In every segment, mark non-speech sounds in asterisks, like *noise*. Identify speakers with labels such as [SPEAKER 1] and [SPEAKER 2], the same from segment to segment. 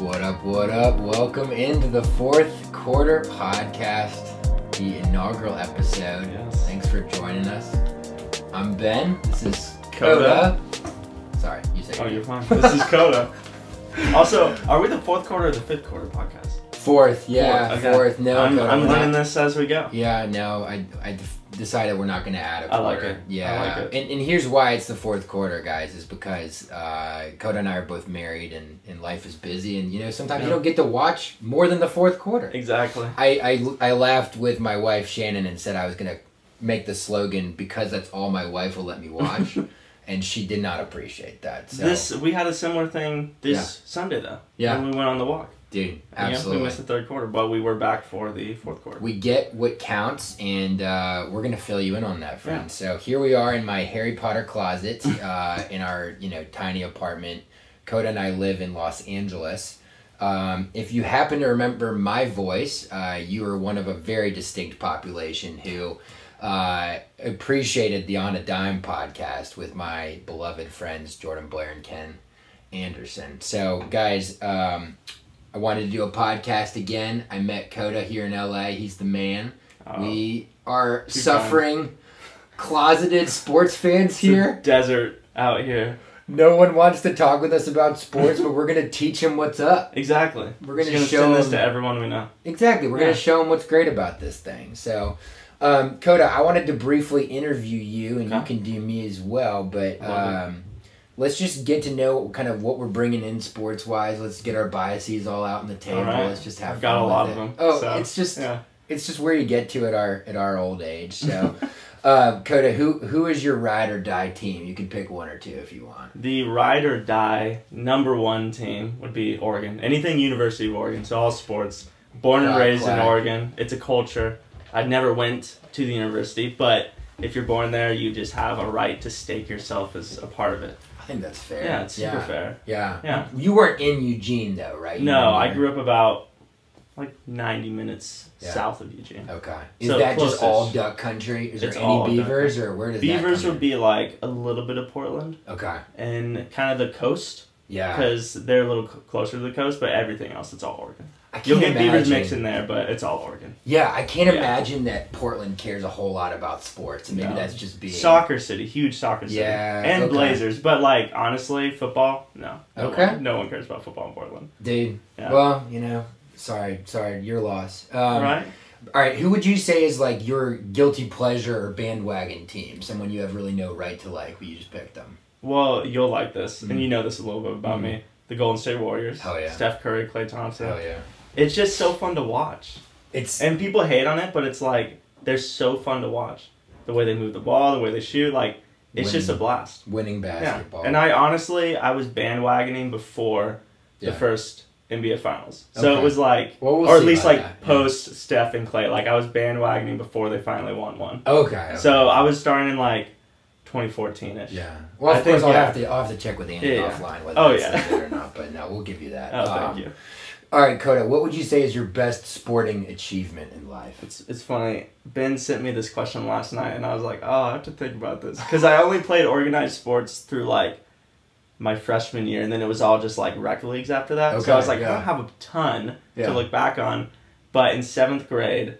[SPEAKER 1] What up, what up? Welcome into the fourth quarter podcast, the inaugural episode.
[SPEAKER 2] Yes.
[SPEAKER 1] Thanks for joining us. I'm Ben. This is Coda.
[SPEAKER 2] Coda.
[SPEAKER 1] Sorry, you say
[SPEAKER 2] Oh, you're fine. This is Coda. *laughs* also, are we the fourth quarter or the fifth quarter podcast?
[SPEAKER 1] fourth, yeah,
[SPEAKER 2] Fourth,
[SPEAKER 1] fourth.
[SPEAKER 2] okay.
[SPEAKER 1] No,
[SPEAKER 2] I'm,
[SPEAKER 1] Coda,
[SPEAKER 2] I'm
[SPEAKER 1] we're
[SPEAKER 2] learning
[SPEAKER 1] not-
[SPEAKER 2] this as we go.
[SPEAKER 1] Yeah, no, I, I d- decided we're not going to add a
[SPEAKER 2] I
[SPEAKER 1] quarter.
[SPEAKER 2] like it. I
[SPEAKER 1] Yeah.
[SPEAKER 2] like it.
[SPEAKER 1] And, and here's why it's the fourth quarter, guys, is because uh, Coda and I are both married and, and life is busy. And, you know, sometimes you
[SPEAKER 2] Yeah.
[SPEAKER 1] don't get to watch more than the fourth quarter.
[SPEAKER 2] Exactly.
[SPEAKER 1] I, I, I laughed with my wife Shannon and said I was gonna make the slogan because that's all my wife will let me
[SPEAKER 2] *laughs*
[SPEAKER 1] watch, and she did not appreciate that. So,
[SPEAKER 2] This we had a similar thing this
[SPEAKER 1] Yeah.
[SPEAKER 2] Sunday though.
[SPEAKER 1] Yeah.
[SPEAKER 2] When we went on the walk.
[SPEAKER 1] dude,
[SPEAKER 2] Yeah, we
[SPEAKER 1] absolutely,
[SPEAKER 2] missed the third quarter, but we were back for the fourth quarter.
[SPEAKER 1] we get what counts, and uh, we're gonna fill you in on that, friend. So here we are in my Harry Potter
[SPEAKER 2] *laughs*
[SPEAKER 1] closet, uh, in our you know tiny apartment. Coda and I live in Los Angeles. Um, if you happen to remember my voice, uh, you are one of a very distinct population who uh, appreciated the On a Dime podcast with my beloved friends Jordan Blair and Ken Anderson. So, guys, um, I wanted to do a podcast again. I met Coda here in LA. He's the man.
[SPEAKER 2] Oh.
[SPEAKER 1] we are
[SPEAKER 2] Two
[SPEAKER 1] suffering closeted sports fans here.
[SPEAKER 2] It's a desert out here.
[SPEAKER 1] No one wants to talk with us about sports, but we're gonna teach him what's up.
[SPEAKER 2] Exactly.
[SPEAKER 1] We're gonna
[SPEAKER 2] Just
[SPEAKER 1] show
[SPEAKER 2] gonna send this
[SPEAKER 1] them-
[SPEAKER 2] to everyone we know.
[SPEAKER 1] Exactly, we're
[SPEAKER 2] Yeah.
[SPEAKER 1] gonna show him what's great about this thing. So, um, Coda, I wanted to briefly interview you, and
[SPEAKER 2] Okay.
[SPEAKER 1] you can do me as well. But
[SPEAKER 2] Love
[SPEAKER 1] um, let's just get to know kind of what we're bringing in sports wise. Let's get our biases all out on the table.
[SPEAKER 2] All right.
[SPEAKER 1] Let's just have
[SPEAKER 2] I've got
[SPEAKER 1] fun
[SPEAKER 2] a lot
[SPEAKER 1] with
[SPEAKER 2] of
[SPEAKER 1] it.
[SPEAKER 2] them.
[SPEAKER 1] Oh,
[SPEAKER 2] so,
[SPEAKER 1] it's just
[SPEAKER 2] yeah.
[SPEAKER 1] it's just where you get to at our at our old age.
[SPEAKER 2] *laughs*
[SPEAKER 1] So, uh, Coda, who who is your ride or die team? You can pick one or two if you want.
[SPEAKER 2] The ride or die number one team would be Oregon. Anything University of Oregon, so all sports. Born and
[SPEAKER 1] Black,
[SPEAKER 2] raised in
[SPEAKER 1] black.
[SPEAKER 2] Oregon. It's a culture. I never went to the university, but if you're born there, you just have a right to stake yourself as a part of it.
[SPEAKER 1] I think that's fair.
[SPEAKER 2] Yeah, it's super fair.
[SPEAKER 1] Yeah.
[SPEAKER 2] Yeah.
[SPEAKER 1] You weren't in Eugene though, right? You
[SPEAKER 2] No,
[SPEAKER 1] were
[SPEAKER 2] I
[SPEAKER 1] near-
[SPEAKER 2] grew up about like 90 minutes
[SPEAKER 1] Yeah.
[SPEAKER 2] south of Eugene.
[SPEAKER 1] Okay. Is
[SPEAKER 2] So
[SPEAKER 1] that
[SPEAKER 2] closest.
[SPEAKER 1] just all duck country? Is
[SPEAKER 2] It's
[SPEAKER 1] there any
[SPEAKER 2] all duck
[SPEAKER 1] beavers or where does
[SPEAKER 2] Beavers
[SPEAKER 1] that
[SPEAKER 2] would be like a little bit of Portland
[SPEAKER 1] would be Okay.
[SPEAKER 2] and kind of the coast
[SPEAKER 1] Yeah.
[SPEAKER 2] because they're a little c- closer to the coast, but everything else, it's all Oregon.
[SPEAKER 1] I can't
[SPEAKER 2] You'll get
[SPEAKER 1] imagine.
[SPEAKER 2] Beavers mixed in there, but it's all Oregon.
[SPEAKER 1] Yeah, I can't
[SPEAKER 2] Yeah.
[SPEAKER 1] imagine that Portland cares a whole lot about sports and maybe
[SPEAKER 2] No.
[SPEAKER 1] that's just being
[SPEAKER 2] Soccer city, huge soccer city.
[SPEAKER 1] Yeah,
[SPEAKER 2] And
[SPEAKER 1] okay.
[SPEAKER 2] Blazers. But like honestly, football, no. No
[SPEAKER 1] Okay.
[SPEAKER 2] One, no one cares about football in Portland.
[SPEAKER 1] dude.
[SPEAKER 2] Yeah.
[SPEAKER 1] Well, you know, sorry, sorry, your loss. Um,
[SPEAKER 2] right?
[SPEAKER 1] All right, who would you say is like your guilty pleasure or bandwagon team? Someone you have really no right to like, but you just picked them.
[SPEAKER 2] Well, you'll like this.
[SPEAKER 1] Mhm.
[SPEAKER 2] And you know this a little bit about
[SPEAKER 1] Mhm.
[SPEAKER 2] me. The Golden State Warriors.
[SPEAKER 1] Hell yeah.
[SPEAKER 2] Steph Curry, Clay Thompson.
[SPEAKER 1] Hell yeah.
[SPEAKER 2] It's just so fun to watch.
[SPEAKER 1] It's
[SPEAKER 2] And people hate on it, but it's like they're so fun to watch. The way they move the ball, the way they shoot, like it's just a
[SPEAKER 1] Winning
[SPEAKER 2] blast.
[SPEAKER 1] winning
[SPEAKER 2] Yeah.
[SPEAKER 1] basketball.
[SPEAKER 2] And I honestly I was bandwagoning before
[SPEAKER 1] Yeah.
[SPEAKER 2] the first NBA finals. So
[SPEAKER 1] Okay.
[SPEAKER 2] it was like
[SPEAKER 1] Well, we'll
[SPEAKER 2] or at
[SPEAKER 1] see
[SPEAKER 2] least
[SPEAKER 1] about
[SPEAKER 2] like
[SPEAKER 1] that, yeah.
[SPEAKER 2] post Steph and Clay. Like I was bandwagoning before they finally won one.
[SPEAKER 1] Okay. okay.
[SPEAKER 2] So I was starting in like 2014 ish.
[SPEAKER 1] Yeah. Well,
[SPEAKER 2] I
[SPEAKER 1] of course,
[SPEAKER 2] think,
[SPEAKER 1] I'll
[SPEAKER 2] yeah.
[SPEAKER 1] have to I'll have to check with Andy
[SPEAKER 2] Yeah, yeah.
[SPEAKER 1] offline whether
[SPEAKER 2] Oh,
[SPEAKER 1] that's
[SPEAKER 2] yeah.
[SPEAKER 1] legit or not. But no, we'll give you that.
[SPEAKER 2] Oh,
[SPEAKER 1] Um,
[SPEAKER 2] thank you.
[SPEAKER 1] All right, Coda. What would you say is your best sporting achievement in life?
[SPEAKER 2] It's, it's funny. Ben sent me this question last night, and I was like, oh, I have to think about this. Because I only played organized sports through like my freshman year, and then it was all just like rec leagues after that. so I was
[SPEAKER 1] Okay,
[SPEAKER 2] like,
[SPEAKER 1] yeah.
[SPEAKER 2] I don't have a ton
[SPEAKER 1] Yeah.
[SPEAKER 2] to look back on. But in seventh grade,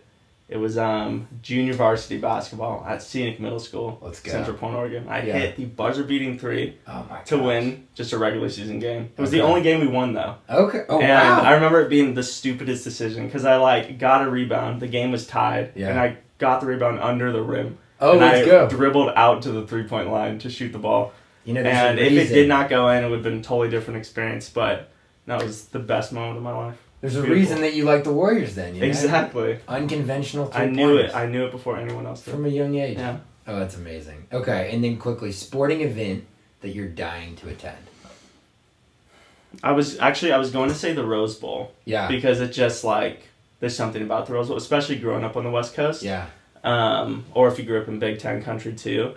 [SPEAKER 2] it was um, junior varsity basketball at Scenic Middle School,
[SPEAKER 1] Let's go.
[SPEAKER 2] Central Point, Oregon. I
[SPEAKER 1] Yeah.
[SPEAKER 2] hit the buzzer beating three
[SPEAKER 1] Oh my.
[SPEAKER 2] to
[SPEAKER 1] gosh.
[SPEAKER 2] win just a regular season game. It was the
[SPEAKER 1] Okay.
[SPEAKER 2] only game we won though.
[SPEAKER 1] Okay. Oh
[SPEAKER 2] and
[SPEAKER 1] wow.
[SPEAKER 2] I remember it being the stupidest decision because I like got a rebound. The game was tied,
[SPEAKER 1] Yeah.
[SPEAKER 2] and I got the rebound under the rim.
[SPEAKER 1] oh,
[SPEAKER 2] and
[SPEAKER 1] let's
[SPEAKER 2] I
[SPEAKER 1] go.
[SPEAKER 2] dribbled out to the three point line to shoot the ball.
[SPEAKER 1] You know, there's a
[SPEAKER 2] And if it
[SPEAKER 1] reason-
[SPEAKER 2] did not go in, it would have been a totally different experience. But that was the best moment of my life.
[SPEAKER 1] there's a
[SPEAKER 2] Beautiful.
[SPEAKER 1] reason that you like the Warriors. Then you know?
[SPEAKER 2] Exactly.
[SPEAKER 1] Unconventional.
[SPEAKER 2] I knew it.
[SPEAKER 1] three-pointers
[SPEAKER 2] I knew it before anyone else did.
[SPEAKER 1] from a young age.
[SPEAKER 2] Yeah.
[SPEAKER 1] Oh, that's amazing. Okay, and then quickly, sporting event that you're dying to attend.
[SPEAKER 2] I was actually I was going to say the Rose Bowl
[SPEAKER 1] Yeah.
[SPEAKER 2] because it just like there's something about the Rose Bowl, especially growing up on the West Coast.
[SPEAKER 1] yeah.
[SPEAKER 2] um, or if you grew up in Big Ten country too.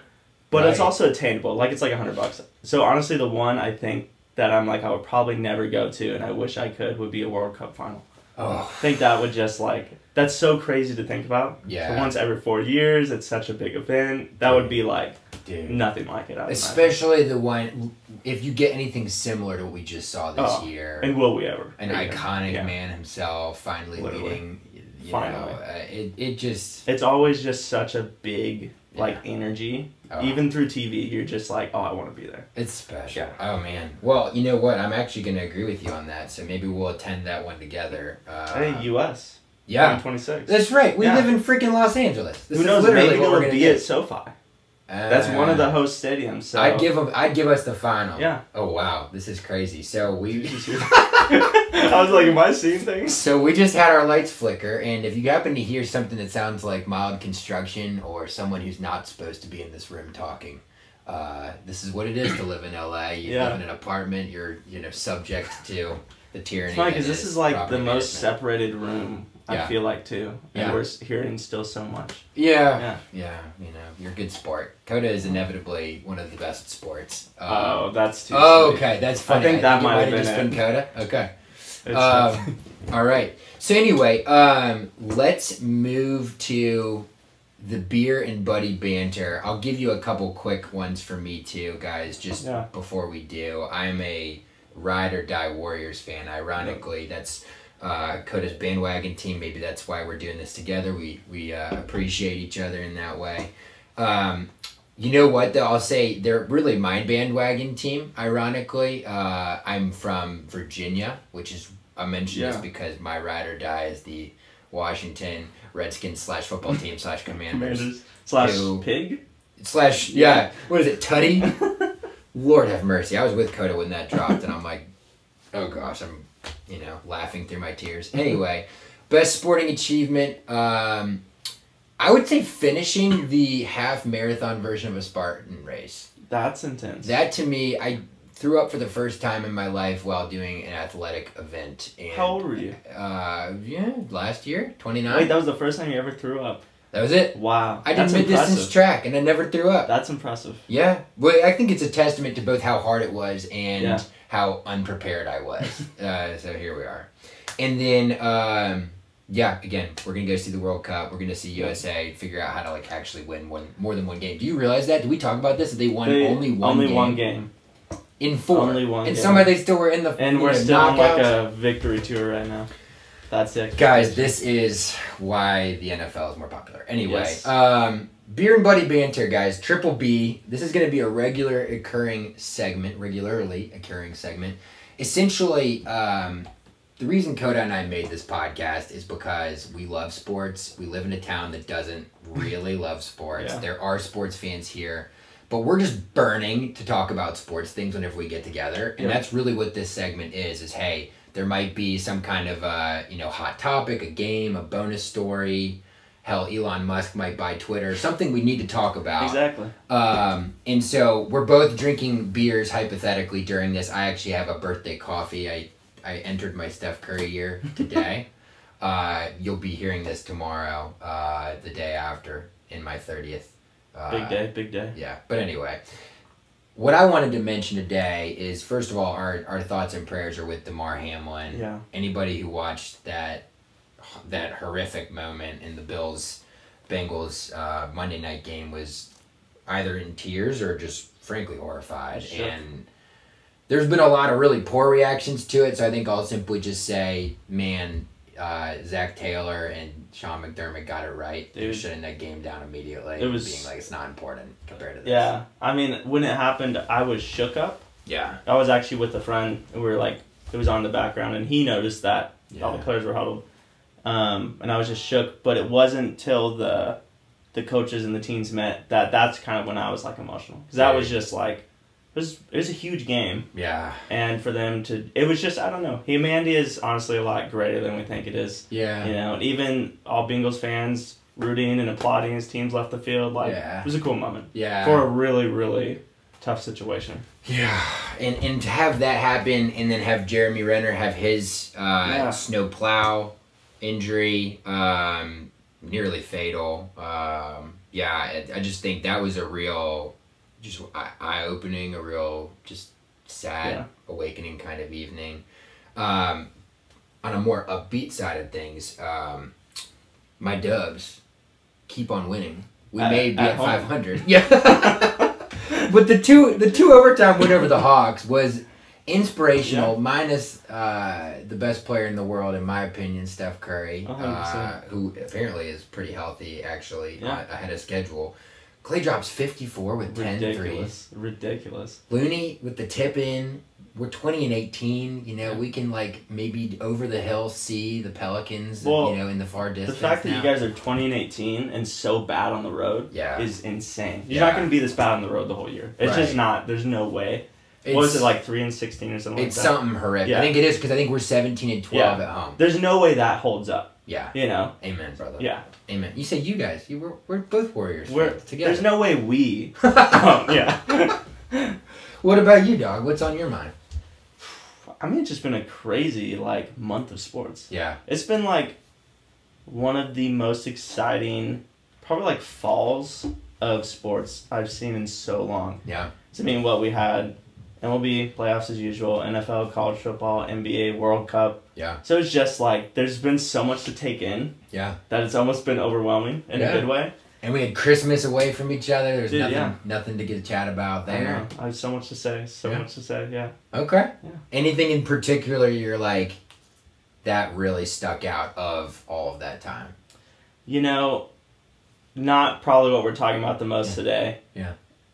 [SPEAKER 2] But it's
[SPEAKER 1] Right.
[SPEAKER 2] also attainable. Like it's like a hundred bucks. So honestly, the one I think that I'm like I would probably never go to, and I wish I could, would be a World Cup final.
[SPEAKER 1] Oh,
[SPEAKER 2] I think that would just like that's so crazy to think about.
[SPEAKER 1] Yeah.
[SPEAKER 2] So once every four years, it's such a big event. That would be like
[SPEAKER 1] dude.
[SPEAKER 2] nothing like it. I would
[SPEAKER 1] Especially the one, if you get anything similar to what we just saw this
[SPEAKER 2] Oh,
[SPEAKER 1] year,
[SPEAKER 2] imagine. And will we ever?
[SPEAKER 1] an
[SPEAKER 2] Yeah.
[SPEAKER 1] iconic
[SPEAKER 2] Yeah.
[SPEAKER 1] man himself finally
[SPEAKER 2] Literally.
[SPEAKER 1] leading, you
[SPEAKER 2] Finally.
[SPEAKER 1] know, uh, it, it just,
[SPEAKER 2] It's always just such a big like energy.
[SPEAKER 1] oh,
[SPEAKER 2] Even through TV, you're just like, oh, I want to be there.
[SPEAKER 1] it's special.
[SPEAKER 2] Yeah.
[SPEAKER 1] Oh man. Well, you know what? I'm actually going to agree with you on that. So maybe we'll attend that one together. Uh,
[SPEAKER 2] hey, U.S.
[SPEAKER 1] yeah.
[SPEAKER 2] 26.
[SPEAKER 1] That's right. We
[SPEAKER 2] Yeah.
[SPEAKER 1] live in freaking Los Angeles. This
[SPEAKER 2] Who
[SPEAKER 1] is
[SPEAKER 2] knows?
[SPEAKER 1] literally
[SPEAKER 2] Maybe
[SPEAKER 1] what
[SPEAKER 2] it'll
[SPEAKER 1] we're gonna
[SPEAKER 2] be
[SPEAKER 1] do.
[SPEAKER 2] at SoFi. That's one of
[SPEAKER 1] Uh,
[SPEAKER 2] the host stadiums. So
[SPEAKER 1] I'd
[SPEAKER 2] *laughs*
[SPEAKER 1] give 'em- I'd give us the final.
[SPEAKER 2] Yeah.
[SPEAKER 1] Oh wow, this is crazy. So
[SPEAKER 2] *laughs*
[SPEAKER 1] we. *laughs*
[SPEAKER 2] I was like, am I seeing things?
[SPEAKER 1] So we just had our lights flicker, and if you happen to hear something that sounds like mild construction or someone who's not supposed to be in this room talking, uh, this is what it is to live in LA. You
[SPEAKER 2] Yeah.
[SPEAKER 1] live in an apartment. You're you know subject to the tyranny.
[SPEAKER 2] It's funny
[SPEAKER 1] that
[SPEAKER 2] because this is like the
[SPEAKER 1] property
[SPEAKER 2] most
[SPEAKER 1] management.
[SPEAKER 2] separated room.
[SPEAKER 1] Yeah.
[SPEAKER 2] I feel like too, and
[SPEAKER 1] Yeah.
[SPEAKER 2] we're s- hearing still so much.
[SPEAKER 1] Yeah.
[SPEAKER 2] Yeah.
[SPEAKER 1] Yeah. You know, you're a good sport. Coda is inevitably one of the best sports. Uh,
[SPEAKER 2] Oh, that's too.
[SPEAKER 1] oh,
[SPEAKER 2] sweet.
[SPEAKER 1] okay. That's funny.
[SPEAKER 2] I think that
[SPEAKER 1] it
[SPEAKER 2] might have
[SPEAKER 1] have
[SPEAKER 2] been
[SPEAKER 1] just been
[SPEAKER 2] it.
[SPEAKER 1] Coda. Okay.
[SPEAKER 2] It's uh,
[SPEAKER 1] Um, All right. So anyway, um, let's move to the beer and buddy banter. I'll give you a couple quick ones for me too, guys. Just
[SPEAKER 2] Yeah.
[SPEAKER 1] before we do, I'm a ride or die Warriors fan. Ironically, that's uh, Coda's bandwagon team. Maybe that's why we're doing this together. We we uh, appreciate each other in that way. Um, you know what? Though I'll say they're really my bandwagon team. Ironically, uh, I'm from Virginia, which is I mentioned this
[SPEAKER 2] Yeah.
[SPEAKER 1] because my ride or die is the Washington Redskins slash football team slash
[SPEAKER 2] *laughs*
[SPEAKER 1] Commanders
[SPEAKER 2] Commanders slash
[SPEAKER 1] Um, Ew.
[SPEAKER 2] pig.
[SPEAKER 1] slash yeah. What is it, Tutty? *laughs* Lord have mercy. I was with Coda when that dropped, and I'm like, oh gosh, I'm you know laughing through my tears. Anyway, best sporting achievement. Um, I would say finishing the half marathon version of a Spartan race.
[SPEAKER 2] That's intense.
[SPEAKER 1] That to me, I threw up for the first time in my life while doing an athletic event. And,
[SPEAKER 2] How old were you?
[SPEAKER 1] Uh, yeah, last year, twenty
[SPEAKER 2] Wait,
[SPEAKER 1] nine.
[SPEAKER 2] that was the first time you ever threw up.
[SPEAKER 1] That was it.
[SPEAKER 2] Wow,
[SPEAKER 1] I did
[SPEAKER 2] that's
[SPEAKER 1] mid distance
[SPEAKER 2] impressive.
[SPEAKER 1] track, and I never threw up.
[SPEAKER 2] That's impressive.
[SPEAKER 1] Yeah, well, I think it's a testament to both how hard it was and
[SPEAKER 2] Yeah.
[SPEAKER 1] how unprepared I was.
[SPEAKER 2] *laughs*
[SPEAKER 1] uh, so here we are, and then um, yeah, again, we're gonna go see the World Cup. We're gonna see USA figure out how to like actually win one more than one game. Do you realize that? Did we talk about this? That they won
[SPEAKER 2] They-
[SPEAKER 1] only one
[SPEAKER 2] only
[SPEAKER 1] game
[SPEAKER 2] one game,
[SPEAKER 1] in four.
[SPEAKER 2] Only one
[SPEAKER 1] And
[SPEAKER 2] game.
[SPEAKER 1] somehow they still were in the
[SPEAKER 2] and
[SPEAKER 1] you
[SPEAKER 2] we're
[SPEAKER 1] know,
[SPEAKER 2] still on like
[SPEAKER 1] knockouts.
[SPEAKER 2] a victory tour right now. That's it,
[SPEAKER 1] guys. This is why the NFL is more popular. Anyway,
[SPEAKER 2] Yes.
[SPEAKER 1] um, beer and buddy banter, guys. Triple B. This is going to be a regular occurring segment, regularly occurring segment. Essentially, um, the reason Coda and I made this podcast is because we love sports. We live in a town that doesn't
[SPEAKER 2] *laughs*
[SPEAKER 1] really love sports.
[SPEAKER 2] Yeah.
[SPEAKER 1] There are sports fans here. But we're just burning to talk about sports things whenever we get together, and
[SPEAKER 2] Yeah.
[SPEAKER 1] that's really what this segment is. Is hey, there might be some kind of uh, you know hot topic, a game, a bonus story. Hell, Elon Musk might buy Twitter. Something we need to talk about.
[SPEAKER 2] exactly.
[SPEAKER 1] Um, and so we're both drinking beers hypothetically during this. I actually have a birthday coffee. I I entered my Steph Curry year
[SPEAKER 2] *laughs*
[SPEAKER 1] today. uh, you'll be hearing this tomorrow, uh, the day after, in my thirtieth. Uh,
[SPEAKER 2] Big day, big day.
[SPEAKER 1] yeah, but anyway, what I wanted to mention today is first of all, our our thoughts and prayers are with Damar Hamlin.
[SPEAKER 2] Yeah.
[SPEAKER 1] Anybody who watched that that horrific moment in the Bills Bengals uh, Monday night game was either in tears or just frankly horrified
[SPEAKER 2] Sure.
[SPEAKER 1] and. There's been a lot of really poor reactions to it, so I think I'll simply just say, man, uh, Zach Taylor and Sean McDermott got it right. They
[SPEAKER 2] Dude.
[SPEAKER 1] shutting that game down immediately.
[SPEAKER 2] It was-
[SPEAKER 1] being like it's not important compared to this.
[SPEAKER 2] Yeah, I mean, when it happened, I was shook up.
[SPEAKER 1] Yeah.
[SPEAKER 2] I was actually with a friend, and we were like, it was on in the background, and he noticed that all the
[SPEAKER 1] Yeah.
[SPEAKER 2] players were huddled, um, and I was just shook. But it wasn't till the the coaches and the teams met that that's kind of when I was like emotional because that was
[SPEAKER 1] Right.
[SPEAKER 2] just like it was it was a huge game,
[SPEAKER 1] Yeah.
[SPEAKER 2] and for them to it was just I don't know. Humanity is honestly a lot greater than we think it is,
[SPEAKER 1] Yeah.
[SPEAKER 2] you know. And even all Bengals fans rooting and applauding as teams left the field, like
[SPEAKER 1] Yeah.
[SPEAKER 2] it was a cool moment
[SPEAKER 1] Yeah.
[SPEAKER 2] for a really really tough situation.
[SPEAKER 1] yeah. And and to have that happen and then have Jeremy Renner have his uh
[SPEAKER 2] Yeah.
[SPEAKER 1] snow plow injury um nearly fatal. Um yeah, I, I just think that was a real just eye opening, a real just sad
[SPEAKER 2] Yeah.
[SPEAKER 1] awakening kind of evening. Um on a more upbeat side of things, um, my Dubs keep on winning. We
[SPEAKER 2] At-
[SPEAKER 1] may be
[SPEAKER 2] at
[SPEAKER 1] at
[SPEAKER 2] home.
[SPEAKER 1] five
[SPEAKER 2] *laughs*
[SPEAKER 1] hundred. Yeah. *laughs* but the two the two overtime win over the Hawks was inspirational. Minus uh, the best player in the world, in my opinion, Steph Curry,
[SPEAKER 2] A hundred
[SPEAKER 1] uh,
[SPEAKER 2] percent.
[SPEAKER 1] who apparently is pretty healthy actually
[SPEAKER 2] Yeah.
[SPEAKER 1] uh, ahead of schedule. Clay drops fifty four with 10 threes.
[SPEAKER 2] ridiculous, ridiculous.
[SPEAKER 1] Looney with the tip in. We're twenty and eighteen. You know,
[SPEAKER 2] Yeah.
[SPEAKER 1] we can like maybe over the hill see the Pelicans.
[SPEAKER 2] Well,
[SPEAKER 1] you know, in the far
[SPEAKER 2] The
[SPEAKER 1] distance.
[SPEAKER 2] fact that
[SPEAKER 1] now.
[SPEAKER 2] you guys are twenty and eighteen and so bad on the road
[SPEAKER 1] Yeah.
[SPEAKER 2] is insane. You're
[SPEAKER 1] Yeah.
[SPEAKER 2] not going to be this bad on the road the whole year. It's
[SPEAKER 1] Right.
[SPEAKER 2] just not. There's no way. what
[SPEAKER 1] It's-
[SPEAKER 2] was it like three and sixteen or something?
[SPEAKER 1] It's
[SPEAKER 2] like that?
[SPEAKER 1] something horrific. I
[SPEAKER 2] Yeah.
[SPEAKER 1] think it is because I think we're seventeen and twelve at home.
[SPEAKER 2] There's no way that holds up.
[SPEAKER 1] Yeah.
[SPEAKER 2] You know.
[SPEAKER 1] Amen, brother.
[SPEAKER 2] Yeah.
[SPEAKER 1] Amen. You say you guys. You we're, we're both warriors.
[SPEAKER 2] We're,
[SPEAKER 1] fans, together.
[SPEAKER 2] There's no
[SPEAKER 1] *laughs*
[SPEAKER 2] way we. Oh, yeah.
[SPEAKER 1] what about you, dog? What's on your mind?
[SPEAKER 2] I mean, it's just been a crazy like month of sports.
[SPEAKER 1] Yeah.
[SPEAKER 2] It's been like one of the most exciting, probably like falls of sports I've seen in so long.
[SPEAKER 1] Yeah.
[SPEAKER 2] So, I mean, what we had MLB playoffs as usual, NFL, college football, NBA, World Cup.
[SPEAKER 1] Yeah.
[SPEAKER 2] So it's just like there's been so much to take in
[SPEAKER 1] Yeah.
[SPEAKER 2] that it's almost been overwhelming in
[SPEAKER 1] Yeah.
[SPEAKER 2] a good way.
[SPEAKER 1] And we had Christmas away from each other. There's
[SPEAKER 2] Dude,
[SPEAKER 1] nothing
[SPEAKER 2] yeah.
[SPEAKER 1] nothing to get a chat about
[SPEAKER 2] I don't
[SPEAKER 1] there.
[SPEAKER 2] know. I have so much to say. So
[SPEAKER 1] Yeah.
[SPEAKER 2] much to say. Yeah.
[SPEAKER 1] Okay.
[SPEAKER 2] Yeah.
[SPEAKER 1] Anything in particular you're like that really stuck out of all of that time?
[SPEAKER 2] You know, not probably what we're talking about the most
[SPEAKER 1] Yeah.
[SPEAKER 2] today.
[SPEAKER 1] Yeah.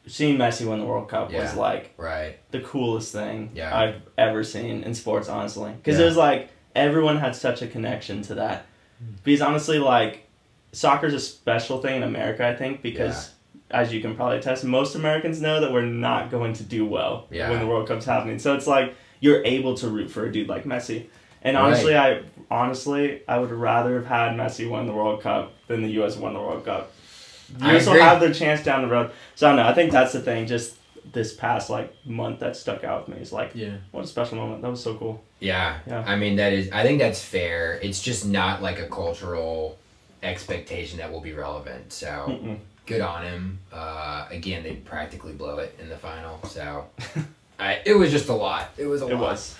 [SPEAKER 2] Seeing Messi win the World Cup
[SPEAKER 1] Yeah.
[SPEAKER 2] was like
[SPEAKER 1] Right.
[SPEAKER 2] the coolest thing
[SPEAKER 1] Yeah.
[SPEAKER 2] I've ever seen in sports, honestly. Because
[SPEAKER 1] Yeah.
[SPEAKER 2] it was like everyone had such a connection to that. Because honestly, like soccer's a special thing in America, I think, because as you can probably attest, most Americans know that we're not going to do well
[SPEAKER 1] Yeah.
[SPEAKER 2] when the World Cup's happening. So it's like you're able to root for a dude like Messi. And
[SPEAKER 1] Right.
[SPEAKER 2] honestly, I honestly I would rather have had Messi win the World Cup than the U.S. won the World Cup.
[SPEAKER 1] I
[SPEAKER 2] U.S. will
[SPEAKER 1] agree.
[SPEAKER 2] have their chance down the road. So I don't know. I think that's the thing. Just this past like month that stuck out with me is like
[SPEAKER 1] Yeah.
[SPEAKER 2] what a special moment. That was so cool.
[SPEAKER 1] Yeah.
[SPEAKER 2] Yeah.
[SPEAKER 1] I mean, that is, I think that's fair. It's just not like a cultural expectation that will be relevant. So
[SPEAKER 2] Mm-mm.
[SPEAKER 1] good on him. Uh, again, they practically blow it in the final.
[SPEAKER 2] *laughs*
[SPEAKER 1] So I, it was just a lot. It was a
[SPEAKER 2] It
[SPEAKER 1] lot.
[SPEAKER 2] was.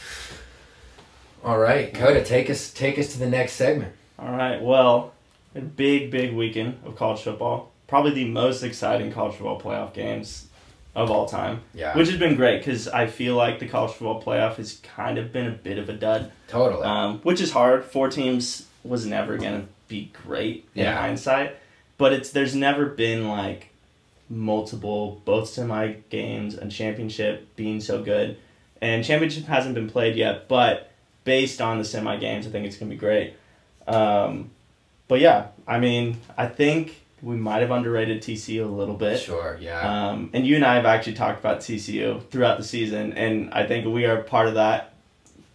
[SPEAKER 1] All right, Coda, take us take us to the next segment.
[SPEAKER 2] All right. Well, a big big weekend of college football. Probably the most exciting college football playoff games of all time,
[SPEAKER 1] Yeah.
[SPEAKER 2] which has been great because I feel like the college football playoff has kind of been a bit of a dud.
[SPEAKER 1] totally.
[SPEAKER 2] um, which is hard. Four teams was never gonna be great
[SPEAKER 1] Yeah.
[SPEAKER 2] in hindsight, but it's there's never been like multiple both semi games and championship being so good, and championship hasn't been played yet. But based on the semi games, I think it's gonna be great. Um, but yeah, I mean, I think we might have underrated TCU a little bit.
[SPEAKER 1] sure. Yeah.
[SPEAKER 2] Um, and you and I have actually talked about TCU throughout the season, and I think we are part of that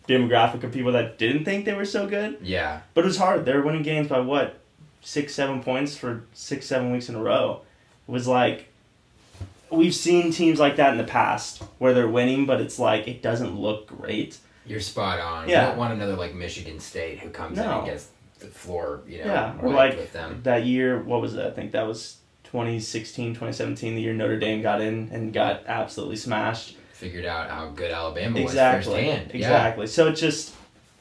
[SPEAKER 2] demographic of people that didn't think they were so good.
[SPEAKER 1] yeah.
[SPEAKER 2] But it was hard. They were winning games by what six, seven points for six, seven weeks in a row. It was like we've seen teams like that in the past where they're winning, but it's like it doesn't look great.
[SPEAKER 1] You're spot on.
[SPEAKER 2] Yeah.
[SPEAKER 1] You don't want another like Michigan State who comes in
[SPEAKER 2] No.
[SPEAKER 1] and gets the floor, you know,
[SPEAKER 2] Yeah, or
[SPEAKER 1] wiped
[SPEAKER 2] like-
[SPEAKER 1] with them.
[SPEAKER 2] That year, what was it? I think that was 2016, 2017, the year Notre Dame got in and got absolutely smashed.
[SPEAKER 1] Figured out how good Alabama
[SPEAKER 2] exactly
[SPEAKER 1] was firsthand. Yeah.
[SPEAKER 2] exactly so it's just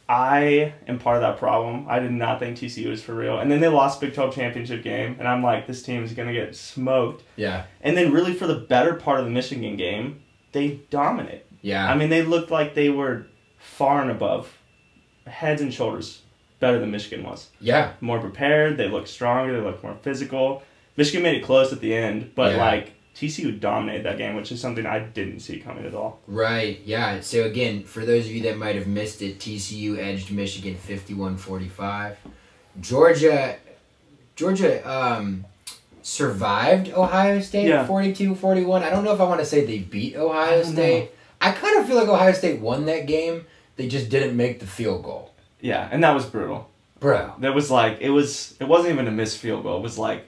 [SPEAKER 2] i am part of that problem i did not think tcu was for real and then they lost big 12 championship game and i'm like this team is going to get smoked
[SPEAKER 1] Yeah.
[SPEAKER 2] and then really for the better part of the michigan game they dominate
[SPEAKER 1] Yeah.
[SPEAKER 2] i mean they looked like they were far and above heads and shoulders better than michigan was
[SPEAKER 1] yeah.
[SPEAKER 2] more prepared they looked stronger they looked more physical michigan made it close at the end but
[SPEAKER 1] Yeah.
[SPEAKER 2] like tcu dominated that game which is something i didn't see coming at all
[SPEAKER 1] Right, yeah. So again, for those of you that might have missed it, TCU edged Michigan 51-45. Georgia Georgia um survived Ohio State
[SPEAKER 2] Yeah.
[SPEAKER 1] 42-41. I don't know if I want to say they beat Ohio
[SPEAKER 2] I don't
[SPEAKER 1] State. I kind of feel like Ohio State won that game. They just didn't make the field goal.
[SPEAKER 2] yeah and that was brutal
[SPEAKER 1] Bro.
[SPEAKER 2] That was like it was it wasn't even a missed field goal. It was like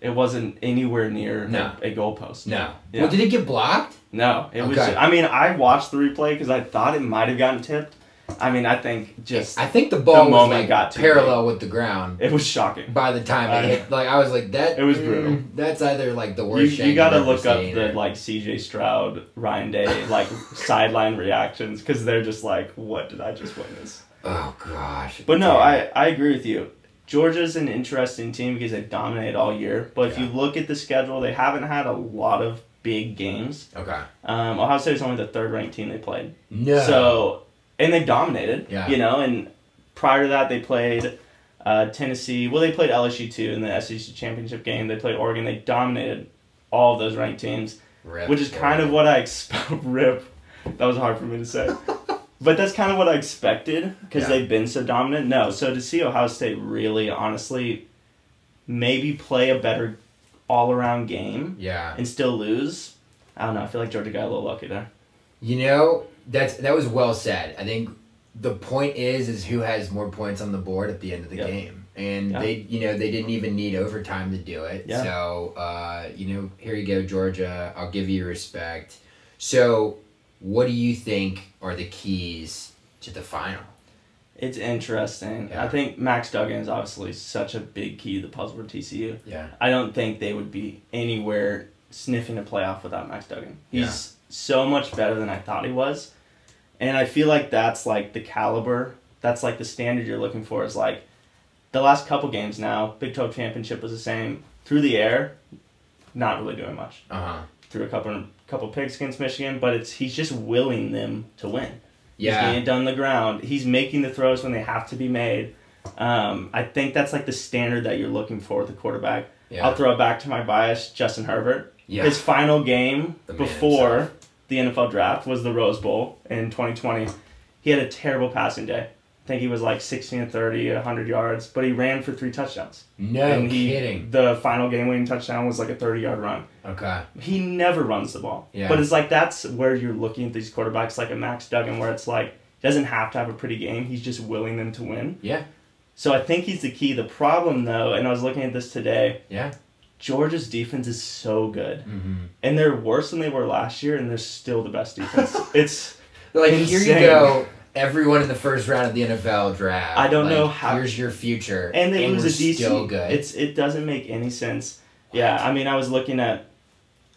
[SPEAKER 2] it wasn't anywhere near
[SPEAKER 1] No.
[SPEAKER 2] a, a goalpost.
[SPEAKER 1] No.
[SPEAKER 2] Yeah.
[SPEAKER 1] Well, did it get blocked?
[SPEAKER 2] No, it was.
[SPEAKER 1] Okay.
[SPEAKER 2] I mean, I watched the replay because I thought it might have gotten tipped. I mean, I think just
[SPEAKER 1] I think the ball was
[SPEAKER 2] moment
[SPEAKER 1] like
[SPEAKER 2] got to
[SPEAKER 1] parallel with the ground
[SPEAKER 2] it was shocking.
[SPEAKER 1] by the time
[SPEAKER 2] I-
[SPEAKER 1] it hit. Like I was like that. mm,
[SPEAKER 2] It was brutal.
[SPEAKER 1] That's either like the
[SPEAKER 2] You,
[SPEAKER 1] worst. thing
[SPEAKER 2] you gotta
[SPEAKER 1] I've ever
[SPEAKER 2] look up
[SPEAKER 1] seen
[SPEAKER 2] the
[SPEAKER 1] or-
[SPEAKER 2] like CJ Stroud, Ryan
[SPEAKER 1] *laughs*
[SPEAKER 2] Day like sideline reactions because they're just like, what did I just witness?
[SPEAKER 1] Oh gosh.
[SPEAKER 2] But no,
[SPEAKER 1] Damn.
[SPEAKER 2] I, I agree with you. Georgia's an interesting team because they dominate all year. But if you look at the schedule, they haven't had a lot of big games.
[SPEAKER 1] okay.
[SPEAKER 2] Um, Ohio State's only the third ranked team they played.
[SPEAKER 1] No.
[SPEAKER 2] So, and they dominated.
[SPEAKER 1] Yeah.
[SPEAKER 2] You know, and prior to that, they played uh, Tennessee. Well, they played LSU too in the SEC championship game. They played Oregon. They dominated all of those ranked teams
[SPEAKER 1] Rip,
[SPEAKER 2] which is kind
[SPEAKER 1] Oregon.
[SPEAKER 2] of what I expect. *laughs* Rip, that was hard for me to say,
[SPEAKER 1] *laughs*
[SPEAKER 2] but that's kind of what I expected because
[SPEAKER 1] Yeah.
[SPEAKER 2] they've been so dominant. No, so to see Ohio State really, honestly, maybe play a better all-around game
[SPEAKER 1] Yeah.
[SPEAKER 2] and still lose. I don't know. I feel like Georgia got a little lucky there.
[SPEAKER 1] You know, that's that was well said. I think the point is is who has more points on the board at the end of the
[SPEAKER 2] Yeah.
[SPEAKER 1] game. And
[SPEAKER 2] Yeah.
[SPEAKER 1] they you know, they didn't even need overtime to do it.
[SPEAKER 2] Yeah.
[SPEAKER 1] So uh, you know, here you go, Georgia. I'll give you respect. So what do you think are the keys to the final?
[SPEAKER 2] It's interesting.
[SPEAKER 1] Yeah.
[SPEAKER 2] I think Max Duggan is obviously such a big key to the puzzle for TCU.
[SPEAKER 1] Yeah.
[SPEAKER 2] I don't think they would be anywhere sniffing a playoff without Max Duggan. He's so much better than I thought he was. And I feel like that's like the caliber, that's like the standard you're looking for is like the last couple games now, Big 12 championship was the same. Through the air, not really doing much.
[SPEAKER 1] Uh huh.
[SPEAKER 2] Through a couple couple picks against Michigan, but it's he's just willing them to win. He's
[SPEAKER 1] Yeah.
[SPEAKER 2] getting it done on the ground. He's making the throws when they have to be made. Um, I think that's like the standard that you're looking for with a quarterback.
[SPEAKER 1] Yeah.
[SPEAKER 2] I'll throw it back to my bias, Justin Herbert.
[SPEAKER 1] yeah.
[SPEAKER 2] His final game
[SPEAKER 1] The man
[SPEAKER 2] before
[SPEAKER 1] himself.
[SPEAKER 2] the NFL draft was the Rose Bowl in 2020. He had a terrible passing day. I think he was like 16 and 30, 100 yards, but he ran for three touchdowns.
[SPEAKER 1] no
[SPEAKER 2] and he,
[SPEAKER 1] kidding.
[SPEAKER 2] The final game winning touchdown was like a 30 yard run.
[SPEAKER 1] Okay.
[SPEAKER 2] He never runs the ball.
[SPEAKER 1] Yeah.
[SPEAKER 2] But it's like that's where you're looking at these quarterbacks like a Max Duggan, where it's like he doesn't have to have a pretty game. He's just willing them to win.
[SPEAKER 1] Yeah.
[SPEAKER 2] So I think he's the key. The problem though, and I was looking at this today,
[SPEAKER 1] Yeah.
[SPEAKER 2] Georgia's defense is so good,
[SPEAKER 1] Mm-hmm.
[SPEAKER 2] and they're worse than they were last year, and they're still the
[SPEAKER 1] *laughs*
[SPEAKER 2] best defense. it's
[SPEAKER 1] Like here
[SPEAKER 2] Insane.
[SPEAKER 1] you go. Everyone in the first round of the NFL draft.
[SPEAKER 2] I don't
[SPEAKER 1] Like,
[SPEAKER 2] know how-
[SPEAKER 1] Here's your future.
[SPEAKER 2] and they lose
[SPEAKER 1] we're
[SPEAKER 2] a DC.
[SPEAKER 1] Still good.
[SPEAKER 2] It's it doesn't make any sense. Yeah, I mean, I was looking at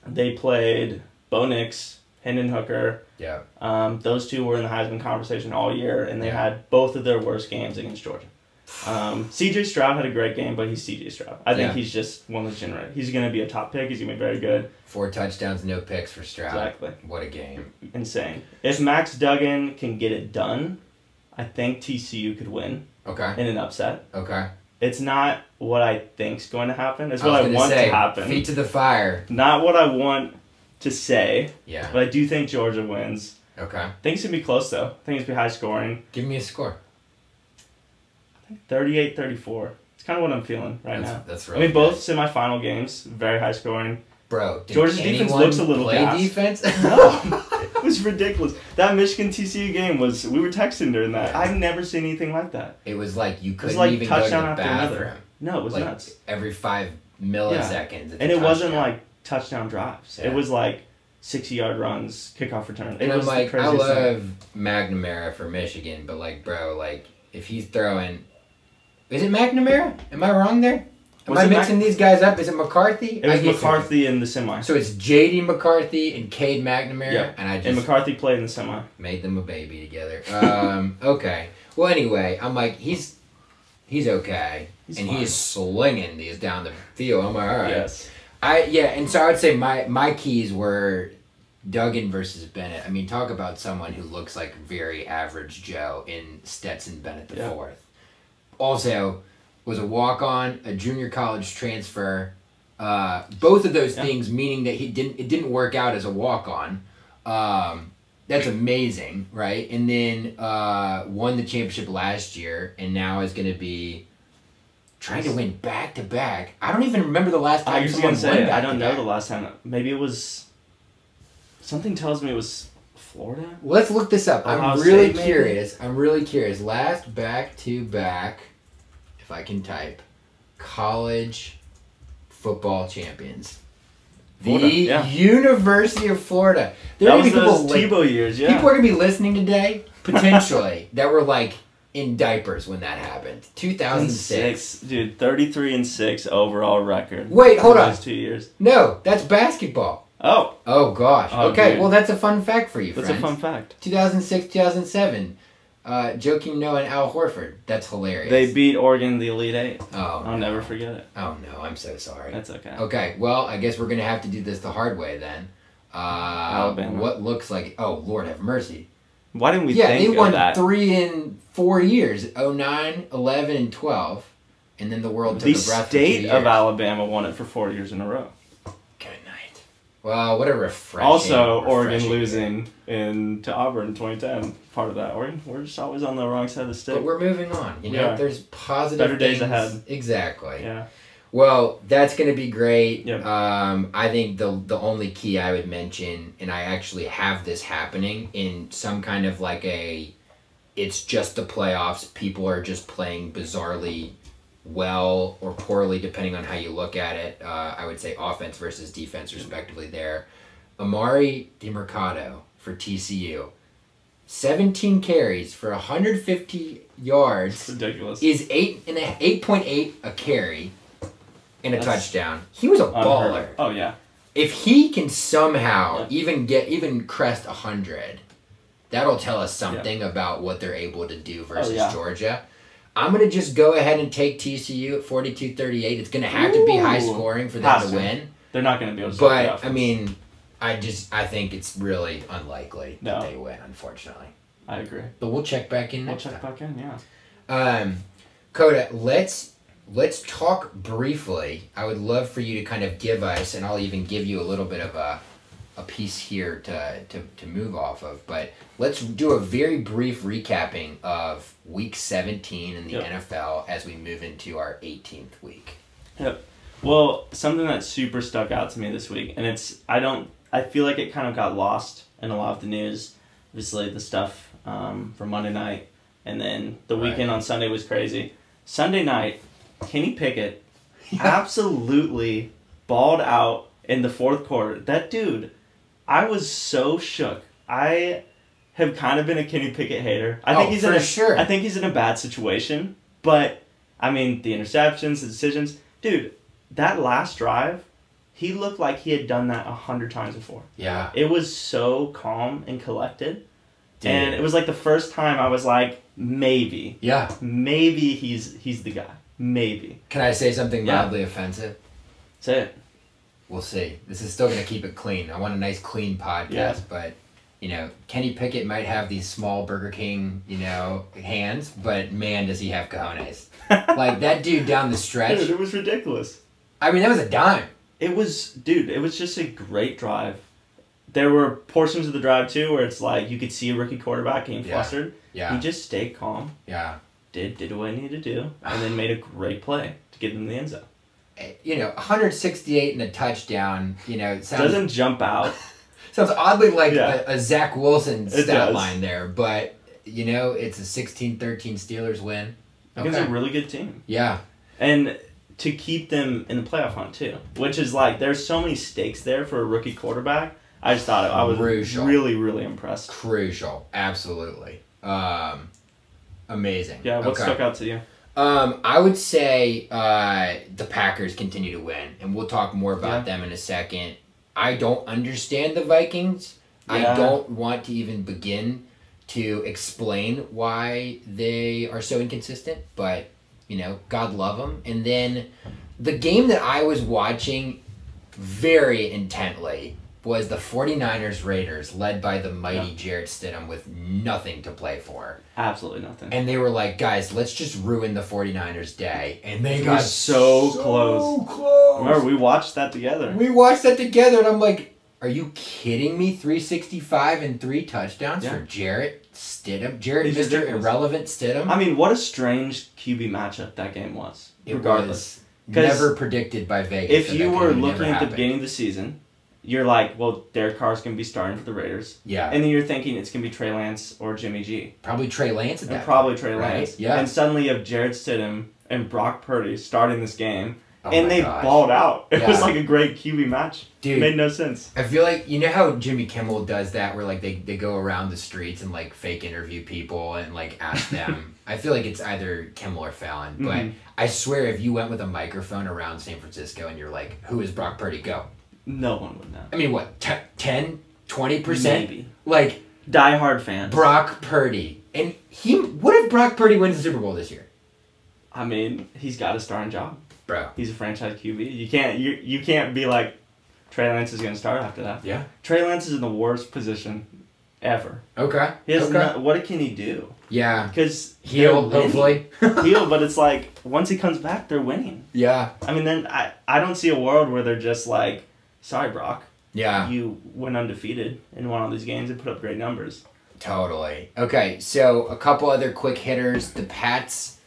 [SPEAKER 2] they played Bo Nix, Hendon Hooker,
[SPEAKER 1] yeah.
[SPEAKER 2] Um, those two were in the Heisman conversation all year, and they
[SPEAKER 1] Yeah.
[SPEAKER 2] had both of their worst games against Georgia. Um, CJ Stroud had a great game, but he's CJ Stroud. I think
[SPEAKER 1] Yeah.
[SPEAKER 2] he's just one of the genera He's going to be a top pick. He's going to be very good.
[SPEAKER 1] Four touchdowns, no picks for Stroud.
[SPEAKER 2] Exactly.
[SPEAKER 1] What a game.
[SPEAKER 2] Insane. If Max Duggan can get it done, I think TCU could win
[SPEAKER 1] Okay.
[SPEAKER 2] in an upset.
[SPEAKER 1] Okay.
[SPEAKER 2] It's not what I think's going to happen. It's
[SPEAKER 1] I was
[SPEAKER 2] what I,
[SPEAKER 1] gonna
[SPEAKER 2] want
[SPEAKER 1] say,
[SPEAKER 2] to happen.
[SPEAKER 1] Feet to the fire.
[SPEAKER 2] Not what I want to say,
[SPEAKER 1] Yeah.
[SPEAKER 2] but I do think Georgia wins.
[SPEAKER 1] Okay.
[SPEAKER 2] I think it's going to be close, though. I think it's going to be high scoring.
[SPEAKER 1] Give me a score.
[SPEAKER 2] 38 34. It's kind of what I'm feeling right
[SPEAKER 1] That's,
[SPEAKER 2] now.
[SPEAKER 1] that's
[SPEAKER 2] I
[SPEAKER 1] really.
[SPEAKER 2] mean,
[SPEAKER 1] good.
[SPEAKER 2] both semifinal games, very high scoring.
[SPEAKER 1] *laughs*
[SPEAKER 2] *laughs*
[SPEAKER 1] Bro, did
[SPEAKER 2] Georgia's
[SPEAKER 1] anyone
[SPEAKER 2] defense looks a little
[SPEAKER 1] play
[SPEAKER 2] gassed.
[SPEAKER 1] defense?
[SPEAKER 2] *laughs*
[SPEAKER 1] *laughs*
[SPEAKER 2] No, it was ridiculous. That Michigan TCU game was, we were texting during that. I've never seen anything like that.
[SPEAKER 1] it was like you couldn't
[SPEAKER 2] like
[SPEAKER 1] even go to the
[SPEAKER 2] touchdown after another.
[SPEAKER 1] bathroom.
[SPEAKER 2] No, it was
[SPEAKER 1] like
[SPEAKER 2] nuts.
[SPEAKER 1] every five milliseconds.
[SPEAKER 2] And it wasn't like touchdown drives,
[SPEAKER 1] Yeah.
[SPEAKER 2] it was like 60 yard runs, kickoff return. It
[SPEAKER 1] And I'm
[SPEAKER 2] was the
[SPEAKER 1] like, I
[SPEAKER 2] craziest thing.
[SPEAKER 1] love McNamara for Michigan, but like, bro, like if he's throwing, is it McNamara? Am I wrong there? Am
[SPEAKER 2] Was
[SPEAKER 1] I
[SPEAKER 2] it Mac-
[SPEAKER 1] mixing these guys up? Is it McCarthy?
[SPEAKER 2] It was
[SPEAKER 1] I get
[SPEAKER 2] McCarthy in the semi.
[SPEAKER 1] So it's JD McCarthy and Cade McNamara,
[SPEAKER 2] Yeah.
[SPEAKER 1] and I just
[SPEAKER 2] and McCarthy played in the semi.
[SPEAKER 1] made them a baby together.
[SPEAKER 2] *laughs*
[SPEAKER 1] Um, okay. Well, anyway, I'm like, he's he's okay,
[SPEAKER 2] He's
[SPEAKER 1] and
[SPEAKER 2] fine.
[SPEAKER 1] he's slinging these down the field. I'm like, all right.
[SPEAKER 2] Yes.
[SPEAKER 1] I yeah, and so I would say my my keys were Duggan versus Bennett. I mean, talk about someone who looks like very average Joe in Stetson Bennett the
[SPEAKER 2] Yeah.
[SPEAKER 1] fourth. Also, was a walk on, a junior college transfer. Uh, both of those
[SPEAKER 2] Yeah.
[SPEAKER 1] things meaning that he didn't it didn't work out as a walk on. Um, that's amazing, right? And then uh, won the championship last year, and now is going to be trying to win back to back. I don't even remember the last time
[SPEAKER 2] I was
[SPEAKER 1] someone
[SPEAKER 2] gonna say
[SPEAKER 1] won
[SPEAKER 2] I don't know
[SPEAKER 1] back-to-back.
[SPEAKER 2] the last time. Maybe it was. Something tells me it was Florida.
[SPEAKER 1] Let's look this up. I'm
[SPEAKER 2] Ohio
[SPEAKER 1] really
[SPEAKER 2] State, maybe?
[SPEAKER 1] curious. I'm really curious. Last back to back, if I can type, college football champions.
[SPEAKER 2] Florida,
[SPEAKER 1] the
[SPEAKER 2] yeah.
[SPEAKER 1] University of Florida. There
[SPEAKER 2] that
[SPEAKER 1] are
[SPEAKER 2] was
[SPEAKER 1] people,
[SPEAKER 2] those
[SPEAKER 1] li-
[SPEAKER 2] Tebow years. Yeah. *laughs*
[SPEAKER 1] people are gonna be listening today, potentially that were like in diapers when that happened. Two thousand six.
[SPEAKER 2] Six, dude, thirty-three and six overall record.
[SPEAKER 1] Wait, hold
[SPEAKER 2] for
[SPEAKER 1] on.
[SPEAKER 2] Those two years.
[SPEAKER 1] No, that's basketball.
[SPEAKER 2] Oh,
[SPEAKER 1] Oh gosh.
[SPEAKER 2] Oh,
[SPEAKER 1] okay,
[SPEAKER 2] dude.
[SPEAKER 1] well that's a fun fact for you,
[SPEAKER 2] that's
[SPEAKER 1] friends.
[SPEAKER 2] a fun fact.
[SPEAKER 1] 2006, 2007. Uh, Joakim Noah and Al Horford. That's hilarious.
[SPEAKER 2] They beat Oregon in the Elite Eight.
[SPEAKER 1] oh,
[SPEAKER 2] I'll never forget it.
[SPEAKER 1] oh no, I'm so sorry.
[SPEAKER 2] That's okay.
[SPEAKER 1] Okay, well, I guess we're gonna have to do this the hard way then. Uh,
[SPEAKER 2] Alabama.
[SPEAKER 1] What looks like oh Lord have mercy.
[SPEAKER 2] Why didn't we
[SPEAKER 1] yeah,
[SPEAKER 2] think
[SPEAKER 1] they
[SPEAKER 2] of
[SPEAKER 1] won
[SPEAKER 2] that?
[SPEAKER 1] three in four years: 09, 11, and twelve, and then the world took
[SPEAKER 2] the
[SPEAKER 1] a breath. for
[SPEAKER 2] state
[SPEAKER 1] two
[SPEAKER 2] of
[SPEAKER 1] years.
[SPEAKER 2] Alabama won it for four years in a row.
[SPEAKER 1] Good night. Well, what a refreshing.
[SPEAKER 2] also, Oregon
[SPEAKER 1] refreshing-
[SPEAKER 2] losing in to Auburn in 2010. Part of that. Oregon, we're just always on the wrong side of the stick.
[SPEAKER 1] But we're moving on. You
[SPEAKER 2] We
[SPEAKER 1] know,
[SPEAKER 2] are.
[SPEAKER 1] there's positive
[SPEAKER 2] Better days
[SPEAKER 1] things-
[SPEAKER 2] ahead.
[SPEAKER 1] Exactly.
[SPEAKER 2] Yeah.
[SPEAKER 1] Well, that's going to be great.
[SPEAKER 2] Yep.
[SPEAKER 1] Um, I think the the only key I would mention, and I actually have this happening in some kind of like a, it's just the playoffs. People are just playing bizarrely well or poorly, depending on how you look at it. Uh, I would say offense versus defense, respectively. There, Amari DiMercato for TCU, seventeen carries for hundred fifty yards
[SPEAKER 2] It's ridiculous.
[SPEAKER 1] is eight and a eight point eight a carry and a
[SPEAKER 2] That's
[SPEAKER 1] touchdown. He was a
[SPEAKER 2] Unheard
[SPEAKER 1] baller.
[SPEAKER 2] of. Oh yeah.
[SPEAKER 1] If he can somehow
[SPEAKER 2] Yeah.
[SPEAKER 1] even get even crest hundred, that'll tell us something about what they're able to do versus
[SPEAKER 2] Oh, yeah.
[SPEAKER 1] Georgia. I'm gonna just go ahead and take TCU at 42-38. It's gonna have to be high
[SPEAKER 2] Ooh.
[SPEAKER 1] scoring for them
[SPEAKER 2] Has
[SPEAKER 1] to
[SPEAKER 2] to.
[SPEAKER 1] win.
[SPEAKER 2] They're not going to be able to. stop the
[SPEAKER 1] But I
[SPEAKER 2] offense.
[SPEAKER 1] mean, I just I think it's really unlikely that
[SPEAKER 2] No.
[SPEAKER 1] they win, unfortunately.
[SPEAKER 2] I agree.
[SPEAKER 1] But we'll check back in
[SPEAKER 2] We'll
[SPEAKER 1] next time.
[SPEAKER 2] check back in. Yeah.
[SPEAKER 1] Um, Coda, let's let's talk briefly. I would love for you to kind of give us, and I'll even give you a little bit of a a piece here to to, to move off of. But let's do a very brief recapping of Week 17 in the
[SPEAKER 2] Yep.
[SPEAKER 1] NFL as we move into our 18th week.
[SPEAKER 2] Yep. Well, something that super stuck out to me this week, and it's I don't I feel like it kind of got lost in a lot of the news. Obviously, the stuff um, from Monday night, and then the
[SPEAKER 1] Right.
[SPEAKER 2] weekend on Sunday was crazy. Sunday night,
[SPEAKER 1] *laughs*
[SPEAKER 2] Kenny Pickett absolutely balled out in the fourth quarter. That dude, I was so shook. I have kind of been a Kenny Pickett hater. I think
[SPEAKER 1] Oh,
[SPEAKER 2] he's
[SPEAKER 1] for
[SPEAKER 2] in a,
[SPEAKER 1] sure.
[SPEAKER 2] I think he's in a bad situation, but I mean, the interceptions, the decisions. Dude, that last drive, he looked like he had done that a hundred times before.
[SPEAKER 1] Yeah,
[SPEAKER 2] It was so calm and collected. And it was like the first time I was like, maybe.
[SPEAKER 1] yeah.
[SPEAKER 2] Maybe he's he's the guy. Maybe.
[SPEAKER 1] Can I say something
[SPEAKER 2] Yeah.
[SPEAKER 1] mildly offensive?
[SPEAKER 2] That's it.
[SPEAKER 1] We'll see. This is still going to keep it clean. I want a nice clean podcast,
[SPEAKER 2] Yeah.
[SPEAKER 1] but you know, Kenny Pickett might have these small Burger King, you know, hands, but man, does he have
[SPEAKER 2] *laughs*
[SPEAKER 1] cojones! like that dude down the
[SPEAKER 2] Dude,
[SPEAKER 1] stretch.
[SPEAKER 2] it was ridiculous.
[SPEAKER 1] I mean, that was a dime.
[SPEAKER 2] It was dude, it was just a great drive. There were portions of the drive too where it's like you could see a rookie quarterback getting
[SPEAKER 1] Yeah.
[SPEAKER 2] flustered. He
[SPEAKER 1] Yeah,
[SPEAKER 2] just stayed calm.
[SPEAKER 1] yeah.
[SPEAKER 2] did did what I needed to do,
[SPEAKER 1] *sighs*
[SPEAKER 2] and then made a great play to get them the end zone.
[SPEAKER 1] Eh, You know, 168 and a touchdown. You know, it sounds
[SPEAKER 2] Doesn't jump
[SPEAKER 1] *laughs*
[SPEAKER 2] out.
[SPEAKER 1] sounds oddly like
[SPEAKER 2] Yeah.
[SPEAKER 1] a, a Zach Wilson
[SPEAKER 2] It
[SPEAKER 1] stat
[SPEAKER 2] does.
[SPEAKER 1] line there, but you know, it's a 16-13 Steelers win.
[SPEAKER 2] Against
[SPEAKER 1] Okay.
[SPEAKER 2] a really good team,
[SPEAKER 1] Yeah,
[SPEAKER 2] and to keep them in the playoff hunt too, which is like there's so many stakes there for a rookie quarterback. I just thought I was
[SPEAKER 1] Crucial.
[SPEAKER 2] really really impressed.
[SPEAKER 1] crucial. Absolutely. Um, amazing.
[SPEAKER 2] Yeah, what
[SPEAKER 1] Okay.
[SPEAKER 2] stuck out to you?
[SPEAKER 1] Um, I would say uh, the Packers continue to win, and we'll talk more about them in a second. I don't understand the Vikings. I
[SPEAKER 2] Yeah.
[SPEAKER 1] don't want to even begin to explain why they are so inconsistent, but you know, God love them. And then the game that I was watching very intently was the 49ers Raiders, led by the mighty Jared Stidham with nothing to play for.
[SPEAKER 2] Absolutely nothing.
[SPEAKER 1] And they were like, guys, let's just ruin the 49ers day. And they
[SPEAKER 2] It
[SPEAKER 1] got
[SPEAKER 2] was so close.
[SPEAKER 1] close.
[SPEAKER 2] Remember we watched that together.
[SPEAKER 1] we watched that together, and I'm like, are you kidding me? 365 and three touchdowns for
[SPEAKER 2] Yeah.
[SPEAKER 1] Jarrett Stidham? Jarrett,
[SPEAKER 2] He's
[SPEAKER 1] Mr.
[SPEAKER 2] ridiculous.
[SPEAKER 1] Irrelevant Stidham?
[SPEAKER 2] I mean, what a strange QB matchup that game was.
[SPEAKER 1] it
[SPEAKER 2] regardless,
[SPEAKER 1] was
[SPEAKER 2] 'Cause
[SPEAKER 1] never predicted by Vegas.
[SPEAKER 2] if
[SPEAKER 1] that
[SPEAKER 2] you
[SPEAKER 1] that
[SPEAKER 2] were
[SPEAKER 1] could never
[SPEAKER 2] looking at the
[SPEAKER 1] happen.
[SPEAKER 2] beginning of the season, you're like, well, Derek Carr's gonna be starting for the Raiders.
[SPEAKER 1] Yeah,
[SPEAKER 2] And then you're thinking it's gonna be Trey Lance or Jimmy G,
[SPEAKER 1] probably Trey Lance at
[SPEAKER 2] and
[SPEAKER 1] that
[SPEAKER 2] probably Trey
[SPEAKER 1] right?
[SPEAKER 2] Lance.
[SPEAKER 1] Yeah.
[SPEAKER 2] And suddenly you have Jared Stidham and Brock Purdy starting this game,
[SPEAKER 1] Oh
[SPEAKER 2] and
[SPEAKER 1] my
[SPEAKER 2] they
[SPEAKER 1] gosh.
[SPEAKER 2] balled out. It was
[SPEAKER 1] Yeah.
[SPEAKER 2] like a great QB match.
[SPEAKER 1] Dude.
[SPEAKER 2] It made no sense.
[SPEAKER 1] I feel like you know how Jimmy Kimmel does that, where like they, they go around the streets and like fake interview people and like ask
[SPEAKER 2] *laughs*
[SPEAKER 1] them. I feel like it's either Kimmel or Fallon, but
[SPEAKER 2] Mhm.
[SPEAKER 1] I swear if you went with a microphone around San Francisco and you're like, "Who is Brock Purdy?" Go.
[SPEAKER 2] No one would know.
[SPEAKER 1] I mean, what t- 10, 20 percent?
[SPEAKER 2] Maybe.
[SPEAKER 1] Like
[SPEAKER 3] Die hard fans.
[SPEAKER 1] Brock Purdy, and he. What if Brock Purdy wins the Super Bowl this year,
[SPEAKER 2] I mean, he's got a starting job.
[SPEAKER 1] bro?
[SPEAKER 2] He's a franchise QB. You can't you you can't be like Trey Lance is gonna start after that.
[SPEAKER 1] Yeah.
[SPEAKER 2] Trey Lance is in the worst position ever.
[SPEAKER 1] Okay.
[SPEAKER 2] He has
[SPEAKER 1] okay.
[SPEAKER 2] no- what can he do?
[SPEAKER 1] yeah.
[SPEAKER 2] Because
[SPEAKER 1] Heal,
[SPEAKER 2] they're winning.
[SPEAKER 1] hopefully.
[SPEAKER 2] *laughs* heal, but
[SPEAKER 1] *laughs*
[SPEAKER 2] it's like once he comes back, they're winning.
[SPEAKER 1] yeah.
[SPEAKER 2] I mean, then I I don't see a world where they're just like, sorry, Brock,
[SPEAKER 1] Yeah.
[SPEAKER 2] you went undefeated and won all these games and put up great numbers.
[SPEAKER 1] Totally. Okay, so a couple other quick hitters. The Pats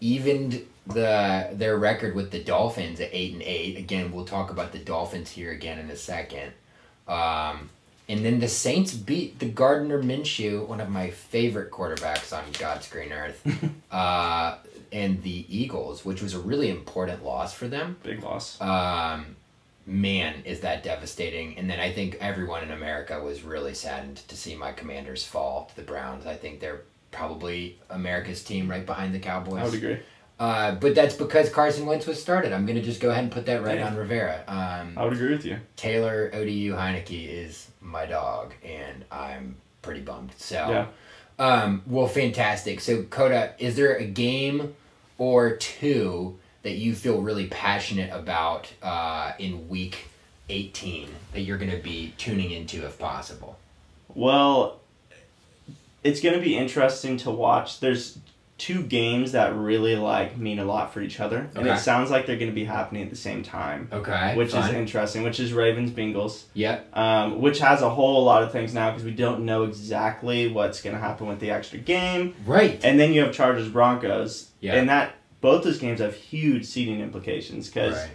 [SPEAKER 1] evened the their record with the Dolphins at eight and eight. Again, we'll talk about the Dolphins here again in a second. Um, and then the Saints beat the Gardner Minshew, one of my favorite quarterbacks on God's green earth, uh, and the Eagles, which was a really important loss for them
[SPEAKER 2] Big loss.
[SPEAKER 1] um, man, is that devastating. And then I think everyone in America was really saddened to see my commanders fall to the Browns. I think they're probably America's team right behind the Cowboys.
[SPEAKER 2] I would agree.
[SPEAKER 1] Uh, but that's because Carson Wentz was started. I'm going to just go ahead and put that right
[SPEAKER 2] Yeah.
[SPEAKER 1] on Rivera. Um,
[SPEAKER 2] I would agree with you.
[SPEAKER 1] Taylor ODU Heineke is my dog, and I'm pretty bummed. So,
[SPEAKER 2] Yeah.
[SPEAKER 1] um, well, fantastic. So, Coda, is there a game or two that you feel really passionate about uh, in week 18 that you're going to be tuning into if possible?
[SPEAKER 2] Well, it's going to be interesting to watch. There's two games that really like mean a lot for each other, and
[SPEAKER 1] Okay.
[SPEAKER 2] it sounds like they're going to be happening at the same time,
[SPEAKER 1] Okay.
[SPEAKER 2] which
[SPEAKER 1] fun.
[SPEAKER 2] is interesting. Which is Ravens Bengals,
[SPEAKER 1] Yep.
[SPEAKER 2] um, which has a whole lot of things now because we don't know exactly what's going to happen with the extra game,
[SPEAKER 1] Right.
[SPEAKER 2] and then you have Chargers Broncos,
[SPEAKER 1] Yeah.
[SPEAKER 2] and that both those games have huge seeding implications because
[SPEAKER 1] Right.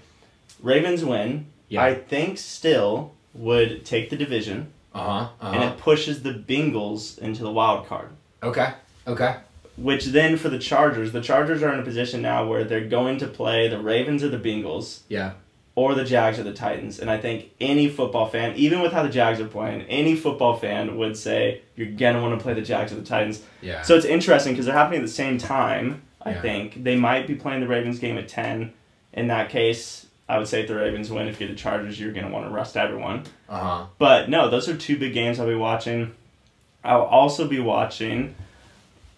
[SPEAKER 2] Ravens win,
[SPEAKER 1] Yeah.
[SPEAKER 2] I think still would take the division
[SPEAKER 1] Uh huh.
[SPEAKER 2] and
[SPEAKER 1] Uh
[SPEAKER 2] it pushes the Bengals into the wild card.
[SPEAKER 1] huh. Okay. Okay.
[SPEAKER 2] Which then for the Chargers, the Chargers are in a position now where they're going to play the Ravens or the Bengals
[SPEAKER 1] Yeah.
[SPEAKER 2] or the Jags or the Titans. And I think any football fan, even with how the Jags are playing, any football fan would say you're going to want to play the Jags or the Titans.
[SPEAKER 1] Yeah.
[SPEAKER 2] So it's interesting because they're happening at the same time, I
[SPEAKER 1] Yeah.
[SPEAKER 2] think. They might be playing the Ravens game at 10. In that case, I would say if the Ravens win, if you're the Chargers, you're going to want to rest everyone.
[SPEAKER 1] uh huh.
[SPEAKER 2] But no, those are two big games I'll be watching. I'll also be watching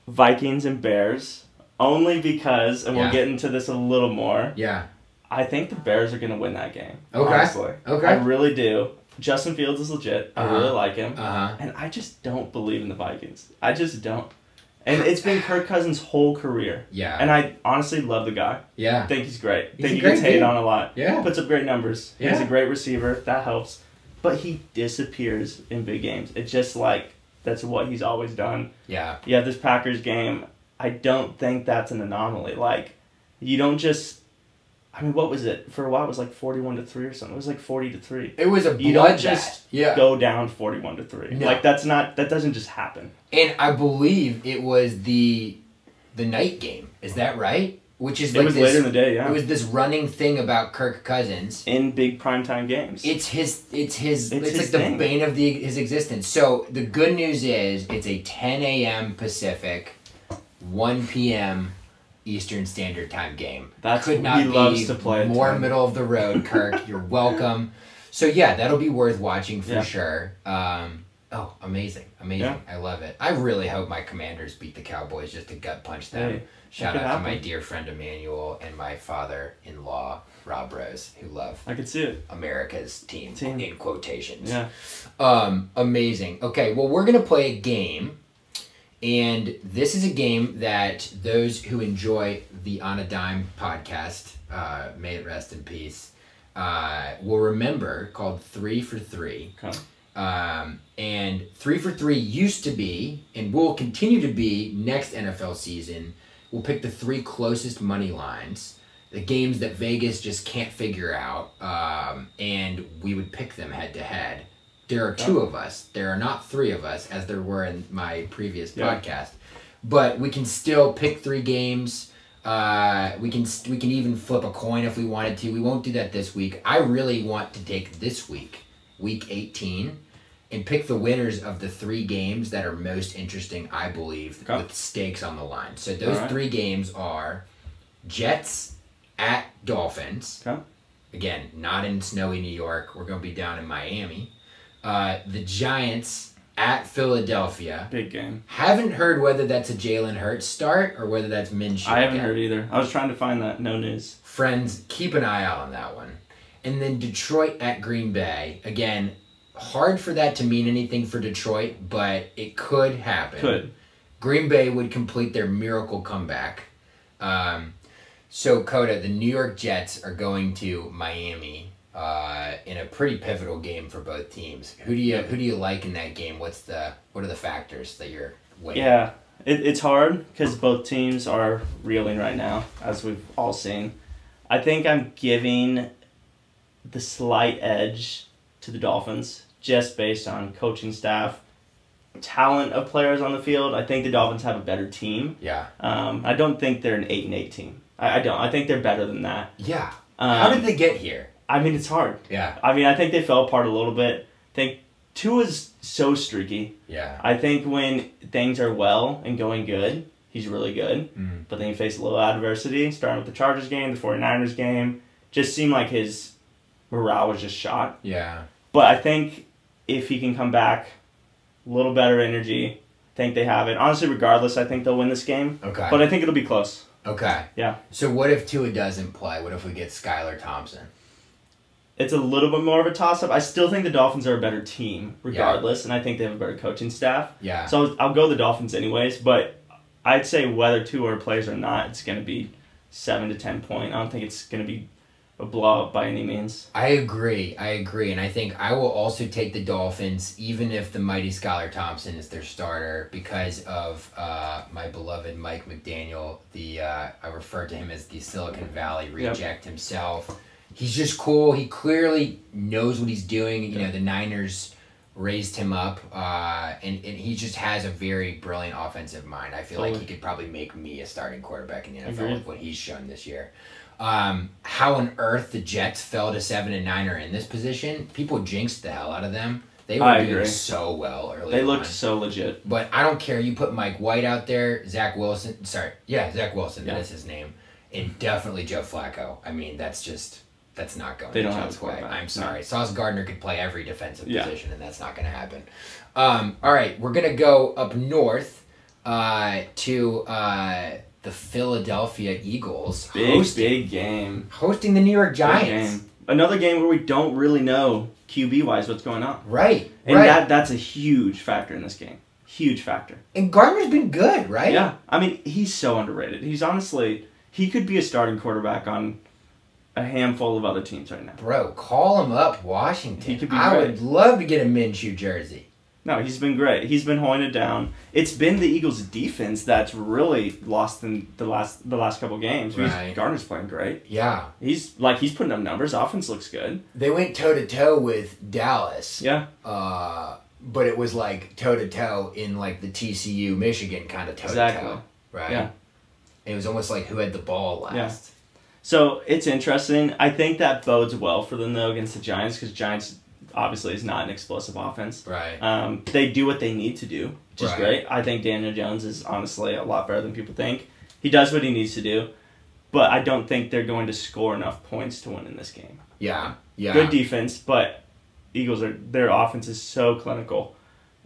[SPEAKER 2] Vikings and Bears only because, and we'll
[SPEAKER 1] Yeah.
[SPEAKER 2] get into this a little more.
[SPEAKER 1] Yeah.
[SPEAKER 2] I think the Bears are going to win that game.
[SPEAKER 1] Okay.
[SPEAKER 2] Honestly.
[SPEAKER 1] Okay.
[SPEAKER 2] I really do. Justin Fields is legit. I
[SPEAKER 1] Uh-huh.
[SPEAKER 2] really like him.
[SPEAKER 1] Uh huh.
[SPEAKER 2] And I just don't believe in the Vikings. I just don't. And it's been Kirk Cousins' whole career.
[SPEAKER 1] Yeah.
[SPEAKER 2] And I honestly love the guy. I
[SPEAKER 1] yeah.
[SPEAKER 2] think he's great. I
[SPEAKER 1] He's
[SPEAKER 2] think
[SPEAKER 1] a
[SPEAKER 2] he gets
[SPEAKER 1] great
[SPEAKER 2] hated
[SPEAKER 1] dude.
[SPEAKER 2] on a lot.
[SPEAKER 1] Yeah.
[SPEAKER 2] Puts up great numbers. He's a
[SPEAKER 1] Yeah.
[SPEAKER 2] great receiver. That helps. But he disappears in big games. It's just like that's what he's always done.
[SPEAKER 1] Yeah.
[SPEAKER 2] You have this Packers game. I don't think that's an anomaly. Like you don't just I mean, what was it? For a while it was like forty one to three or something. It was like forty to three.
[SPEAKER 1] It was a
[SPEAKER 2] You don't
[SPEAKER 1] bloodbath.
[SPEAKER 2] just
[SPEAKER 1] yeah.
[SPEAKER 2] go down forty one to three.
[SPEAKER 1] No.
[SPEAKER 2] Like that's not that doesn't just happen.
[SPEAKER 1] And I believe it was the the night game. Is that right? Which is
[SPEAKER 2] It
[SPEAKER 1] like
[SPEAKER 2] was
[SPEAKER 1] this,
[SPEAKER 2] later in the day, yeah.
[SPEAKER 1] It was this running thing about Kirk Cousins.
[SPEAKER 2] in big primetime games.
[SPEAKER 1] It's his. It's his.
[SPEAKER 2] It's
[SPEAKER 1] It's,
[SPEAKER 2] his
[SPEAKER 1] like the
[SPEAKER 2] thing.
[SPEAKER 1] bane of the e, his existence. So the good news is it's a 10 a.m. Pacific, 1 p.m. Eastern Standard Time game.
[SPEAKER 2] That's-
[SPEAKER 1] could not
[SPEAKER 2] he
[SPEAKER 1] be
[SPEAKER 2] loves to play at
[SPEAKER 1] more
[SPEAKER 2] 10.
[SPEAKER 1] middle of the road,
[SPEAKER 2] *laughs*
[SPEAKER 1] Kirk. You're welcome. So yeah, that'll be worth watching for
[SPEAKER 2] Yeah.
[SPEAKER 1] sure. Um, oh, amazing, amazing!
[SPEAKER 2] Yeah.
[SPEAKER 1] I love it. I really hope my Commanders beat the Cowboys just to gut punch them.
[SPEAKER 2] Hey,
[SPEAKER 1] Shout
[SPEAKER 2] could
[SPEAKER 1] out to my
[SPEAKER 2] happen.
[SPEAKER 1] dear friend Emmanuel and my father-in-law Rob Rose, who love
[SPEAKER 2] I could see it.
[SPEAKER 1] America's team,
[SPEAKER 2] Team.
[SPEAKER 1] in quotations.
[SPEAKER 2] Yeah.
[SPEAKER 1] Um, amazing. Okay, well, we're going to play a game. And this is a game that those who enjoy the On a Dime podcast, uh, may it rest in peace, uh, will remember called Three for Three.
[SPEAKER 2] Okay.
[SPEAKER 1] Um, and three for three used to be, and will continue to be next NFL season. We'll pick the three closest money lines, the games that Vegas just can't figure out, um, and we would pick them head to head. There are two of us. There are not three of us, as there were in my previous
[SPEAKER 2] Yeah.
[SPEAKER 1] podcast. But we can still pick three games. Uh, we can we can even flip a coin if we wanted to. We won't do that this week. I really want to take this week, week eighteen, and pick the winners of the three games that are most interesting. I believe
[SPEAKER 2] Okay.
[SPEAKER 1] with stakes on the line. So those
[SPEAKER 2] Alright.
[SPEAKER 1] three games are Jets at Dolphins.
[SPEAKER 2] Okay.
[SPEAKER 1] Again, not in snowy New York. We're going to be down in Miami. Uh, the Giants at Philadelphia.
[SPEAKER 2] Big game.
[SPEAKER 1] Haven't heard whether that's a Jalen Hurts start or whether that's Minshew.
[SPEAKER 2] I haven't
[SPEAKER 1] again.
[SPEAKER 2] heard either. I was trying to find that. No news.
[SPEAKER 1] Friends, keep an eye out on that one. And then Detroit at Green Bay. Again, hard for that to mean anything for Detroit, but it could happen.
[SPEAKER 2] Could.
[SPEAKER 1] Green Bay would complete their miracle comeback. Um, so, Coda, the New York Jets are going to Miami uh, in a pretty pivotal game for both teams. Who do you who do you like in that game? What's the what are the factors that you're weighing?
[SPEAKER 2] Yeah, it, it's hard because both teams are reeling right now, as we've all seen. I think I'm giving the slight edge to the Dolphins just based on coaching staff, talent of players on the field. I think the Dolphins have a better team.
[SPEAKER 1] Yeah.
[SPEAKER 2] Um, I don't think they're an eight and eight team. I, I don't. I think they're better than that.
[SPEAKER 1] Yeah.
[SPEAKER 2] Um,
[SPEAKER 1] How did they get here?
[SPEAKER 2] I mean, it's hard.
[SPEAKER 1] Yeah.
[SPEAKER 2] I mean, I think they fell apart a little bit. I think Tua's so streaky.
[SPEAKER 1] Yeah.
[SPEAKER 2] I think when things are well and going good, he's really good.
[SPEAKER 1] Mm.
[SPEAKER 2] But then he faced a little adversity, starting with the Chargers game, the 49ers game. Just seemed like his morale was just shot.
[SPEAKER 1] Yeah.
[SPEAKER 2] But I think if he can come back, a little better energy, I think they have it. Honestly, regardless, I think they'll win this game.
[SPEAKER 1] Okay.
[SPEAKER 2] But I think it'll be close.
[SPEAKER 1] okay.
[SPEAKER 2] Yeah.
[SPEAKER 1] So what if Tua doesn't play? What if we get Skylar Thompson?
[SPEAKER 2] It's a little bit more of a toss up. I still think the Dolphins are a better team, regardless, and I think they have a better coaching staff.
[SPEAKER 1] Yeah.
[SPEAKER 2] So I'll go the Dolphins anyways, but I'd say whether two are plays or not, it's going to be seven to ten point. I don't think it's going to be a blowout by any means.
[SPEAKER 1] I agree. I agree. And I think I will also take the Dolphins, even if the mighty Skylar Thompson is their starter, because of uh, my beloved Mike McDaniel. The uh, I refer to him as the Silicon Valley reject himself. He's just cool. He clearly knows what he's doing. You know, the Niners raised him up, uh, and, and he just has a very brilliant offensive mind. I feel like he
[SPEAKER 2] Totally.
[SPEAKER 1] could probably make me a starting quarterback in the NFL
[SPEAKER 2] Agreed.
[SPEAKER 1] with what he's shown this year um, how on earth the Jets fell to seven and nine are in this position. People jinxed the hell out of them. They were
[SPEAKER 2] I
[SPEAKER 1] doing
[SPEAKER 2] agree.
[SPEAKER 1] so well early.
[SPEAKER 2] They
[SPEAKER 1] on.
[SPEAKER 2] looked so legit.
[SPEAKER 1] but I don't care. You put Mike White out there, Zach Wilson. Sorry, yeah, Zach Wilson.
[SPEAKER 2] Yeah.
[SPEAKER 1] That's his name, and definitely Joe Flacco. I mean, that's just that's not going.
[SPEAKER 2] They don't
[SPEAKER 1] the
[SPEAKER 2] have
[SPEAKER 1] Jets'
[SPEAKER 2] a
[SPEAKER 1] way.
[SPEAKER 2] quarterback.
[SPEAKER 1] I'm sorry. Sauce Gardner could play every defensive
[SPEAKER 2] Yeah.
[SPEAKER 1] position, and that's not going to happen. Um, all right, we're gonna go up north uh, to uh, the Philadelphia Eagles
[SPEAKER 2] Big
[SPEAKER 1] hosting
[SPEAKER 2] big game.
[SPEAKER 1] hosting the New York
[SPEAKER 2] Big
[SPEAKER 1] Giants.
[SPEAKER 2] game. Another game where we don't really know QB wise what's going on,
[SPEAKER 1] Right.
[SPEAKER 2] and
[SPEAKER 1] right.
[SPEAKER 2] that that's a huge factor in this game. Huge factor.
[SPEAKER 1] and Gardner's been good, right?
[SPEAKER 2] Yeah, I mean he's so underrated. He's honestly he could be a starting quarterback on a handful of other teams right now.
[SPEAKER 1] Bro, call him up, Washington.
[SPEAKER 2] He could be
[SPEAKER 1] I
[SPEAKER 2] great.
[SPEAKER 1] would love to get a Minshew jersey.
[SPEAKER 2] No, he's been great. He's been holding it down. It's been the Eagles' defense that's really lost in the last the last couple games. Because
[SPEAKER 1] Right.
[SPEAKER 2] Garner's playing great.
[SPEAKER 1] Yeah.
[SPEAKER 2] He's like he's putting up numbers. Offense looks good.
[SPEAKER 1] They went toe to toe with Dallas.
[SPEAKER 2] Yeah,
[SPEAKER 1] Uh, but it was like toe to toe in like the TCU Michigan kind of toe to
[SPEAKER 2] exactly.
[SPEAKER 1] toe. Right.
[SPEAKER 2] Yeah.
[SPEAKER 1] It was almost like who had the ball last.
[SPEAKER 2] So it's interesting. I think that bodes well for them though against the Giants because Giants obviously is not an explosive offense.
[SPEAKER 1] Right.
[SPEAKER 2] Um, they do what they need to do, which is
[SPEAKER 1] Right.
[SPEAKER 2] great. I think Daniel Jones is honestly a lot better than people think. He does what he needs to do, but I don't think they're going to score enough points to win in this game.
[SPEAKER 1] Yeah. Yeah.
[SPEAKER 2] good defense, but Eagles are their offense is so clinical.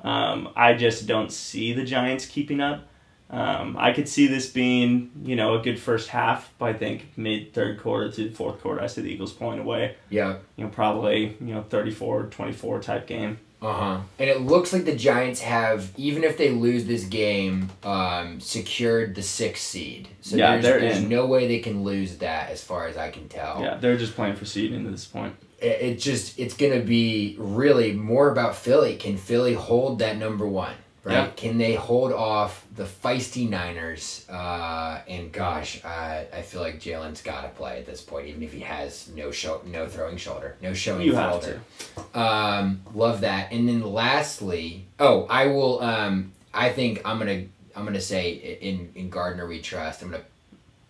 [SPEAKER 2] Um, I just don't see the Giants keeping up. Um, I could see this being you know a good first half, but I think mid third quarter to fourth quarter, I see the Eagles pulling away.
[SPEAKER 1] yeah.
[SPEAKER 2] You know, probably you know 34-24 type game.
[SPEAKER 1] Uh-huh. And it looks like the Giants have, even if they lose this game, um, secured the sixth seed. So
[SPEAKER 2] Yeah,
[SPEAKER 1] there's,
[SPEAKER 2] they're
[SPEAKER 1] there's
[SPEAKER 2] in.
[SPEAKER 1] no way they can lose that as far as I can tell.
[SPEAKER 2] Yeah, they're just playing for seed into this point.
[SPEAKER 1] It, it just it's gonna be really more about Philly. Can Philly hold that number one? Right?
[SPEAKER 2] Yeah.
[SPEAKER 1] Can they hold off the feisty Niners? Uh, and gosh, uh, I feel like Jalen's got to play at this point, even if he has no show, no throwing shoulder, no showing
[SPEAKER 2] You have
[SPEAKER 1] shoulder.
[SPEAKER 2] to.
[SPEAKER 1] Um, love that. And then lastly, oh, I will. Um, I think I'm gonna I'm gonna say i- in in Gardner we trust. I'm gonna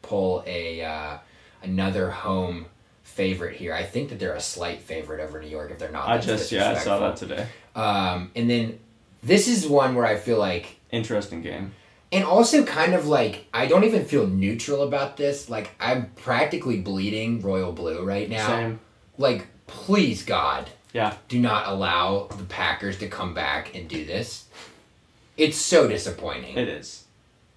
[SPEAKER 1] pull a uh, another home favorite here. I think that they're a slight favorite over New York if they're not.
[SPEAKER 2] I
[SPEAKER 1] That's
[SPEAKER 2] just yeah, I saw
[SPEAKER 1] disrespectful.
[SPEAKER 2] that today.
[SPEAKER 1] Um, and then this is one where I feel like,
[SPEAKER 2] Interesting game.
[SPEAKER 1] and also kind of like, I don't even feel neutral about this. Like, I'm practically bleeding royal blue right now.
[SPEAKER 2] Same.
[SPEAKER 1] Like, please, God,
[SPEAKER 2] Yeah.
[SPEAKER 1] do not allow the Packers to come back and do this. It's so disappointing.
[SPEAKER 2] It is.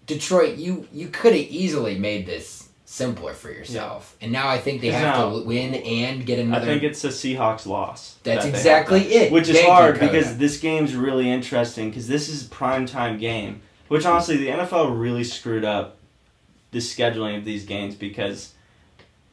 [SPEAKER 1] Detroit, you you could have easily made this simpler for yourself, and now I think they
[SPEAKER 2] It's
[SPEAKER 1] have
[SPEAKER 2] not-
[SPEAKER 1] to win and get
[SPEAKER 2] I
[SPEAKER 1] another.
[SPEAKER 2] think it's a Seahawks loss.
[SPEAKER 1] That's
[SPEAKER 2] that they
[SPEAKER 1] exactly
[SPEAKER 2] have done.
[SPEAKER 1] it.
[SPEAKER 2] Which is
[SPEAKER 1] Thank you,
[SPEAKER 2] hard
[SPEAKER 1] Coda.
[SPEAKER 2] because this game's really interesting because this is prime time game. Which honestly, the NFL really screwed up the scheduling of these games because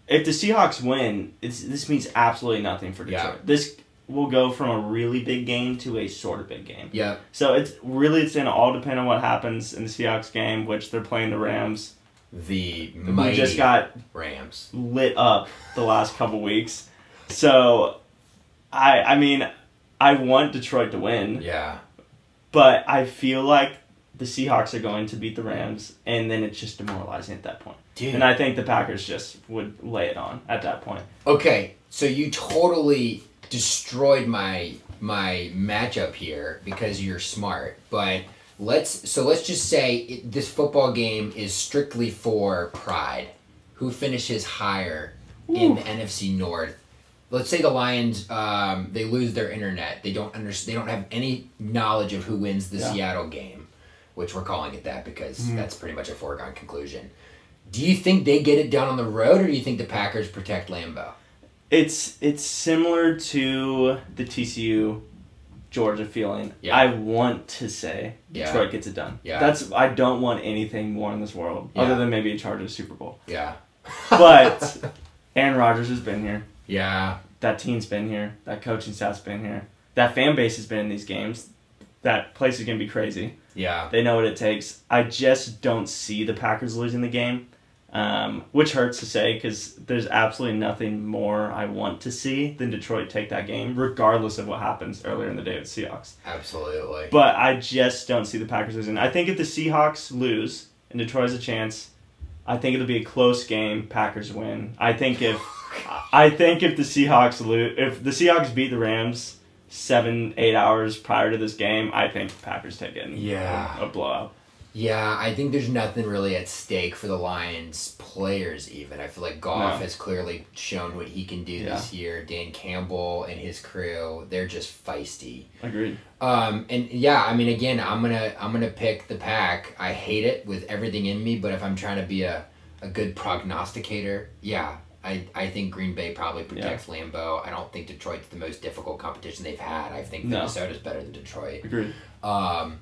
[SPEAKER 2] if the Seahawks win, it's, this means absolutely nothing for Detroit.
[SPEAKER 1] Yeah.
[SPEAKER 2] This will go from a really big game to a sort of big game.
[SPEAKER 1] Yep.
[SPEAKER 2] So it's really it's gonna all depend on what happens in the Seahawks game, which they're playing the Rams.
[SPEAKER 1] The
[SPEAKER 2] We
[SPEAKER 1] mighty
[SPEAKER 2] just got
[SPEAKER 1] Rams.
[SPEAKER 2] lit up the last couple weeks. So I I mean I want Detroit to win,
[SPEAKER 1] Yeah.
[SPEAKER 2] but I feel like the Seahawks are going to beat the Rams and then it's just demoralizing at that point.
[SPEAKER 1] Dude.
[SPEAKER 2] And I think the Packers just would lay it on at that point.
[SPEAKER 1] Okay, so you totally destroyed my my matchup here because you're smart. But let's so let's just say it, this football game is strictly for pride. Who finishes higher in the NFC North? Let's say the Lions um, they lose their internet. They don't under, they don't have any knowledge of who wins the
[SPEAKER 2] Yeah.
[SPEAKER 1] Seattle game, which we're calling it that because that's pretty much a foregone conclusion. Do you think they get it done on the road, or do you think the Packers protect Lambeau?
[SPEAKER 2] It's it's similar to the TCU Georgia feeling.
[SPEAKER 1] Yeah.
[SPEAKER 2] I want to say
[SPEAKER 1] Yeah.
[SPEAKER 2] Detroit gets it done.
[SPEAKER 1] Yeah.
[SPEAKER 2] That's I don't want anything more in this world
[SPEAKER 1] Yeah.
[SPEAKER 2] other than maybe a Chargers Super Bowl.
[SPEAKER 1] Yeah. *laughs*
[SPEAKER 2] But Aaron Rodgers has been here.
[SPEAKER 1] Yeah.
[SPEAKER 2] That team's been here. That coaching staff's been here. That fan base has been in these games. That place is gonna be crazy.
[SPEAKER 1] Yeah.
[SPEAKER 2] They know what it takes. I just don't see the Packers losing the game, um, which hurts to say because there's absolutely nothing more I want to see than Detroit take that game, regardless of what happens earlier in the day with Seahawks.
[SPEAKER 1] Absolutely.
[SPEAKER 2] But I just don't see the Packers losing. I think if the Seahawks lose and Detroit has a chance, I think it'll be a close game. Packers win. I
[SPEAKER 1] *laughs*
[SPEAKER 2] think if I think if the Seahawks lose, if the Seahawks beat the Rams seven eight hours prior to this game, I think the Packers take it. in
[SPEAKER 1] Yeah.
[SPEAKER 2] a blowout.
[SPEAKER 1] yeah, I think there's nothing really at stake for the Lions players even. I feel like Goff
[SPEAKER 2] No.
[SPEAKER 1] has clearly shown what he can do this year. Dan Campbell and his crew, they're just feisty.
[SPEAKER 2] Agreed.
[SPEAKER 1] Um and yeah, I mean again, I'm going to I'm going to pick the pack. I hate it with everything in me, but if I'm trying to be a a good prognosticator, yeah, I, I think Green Bay probably protects Lambeau. I don't think Detroit's the most difficult competition they've had. I think
[SPEAKER 2] No.
[SPEAKER 1] Minnesota's better than Detroit.
[SPEAKER 2] Agreed.
[SPEAKER 1] Um,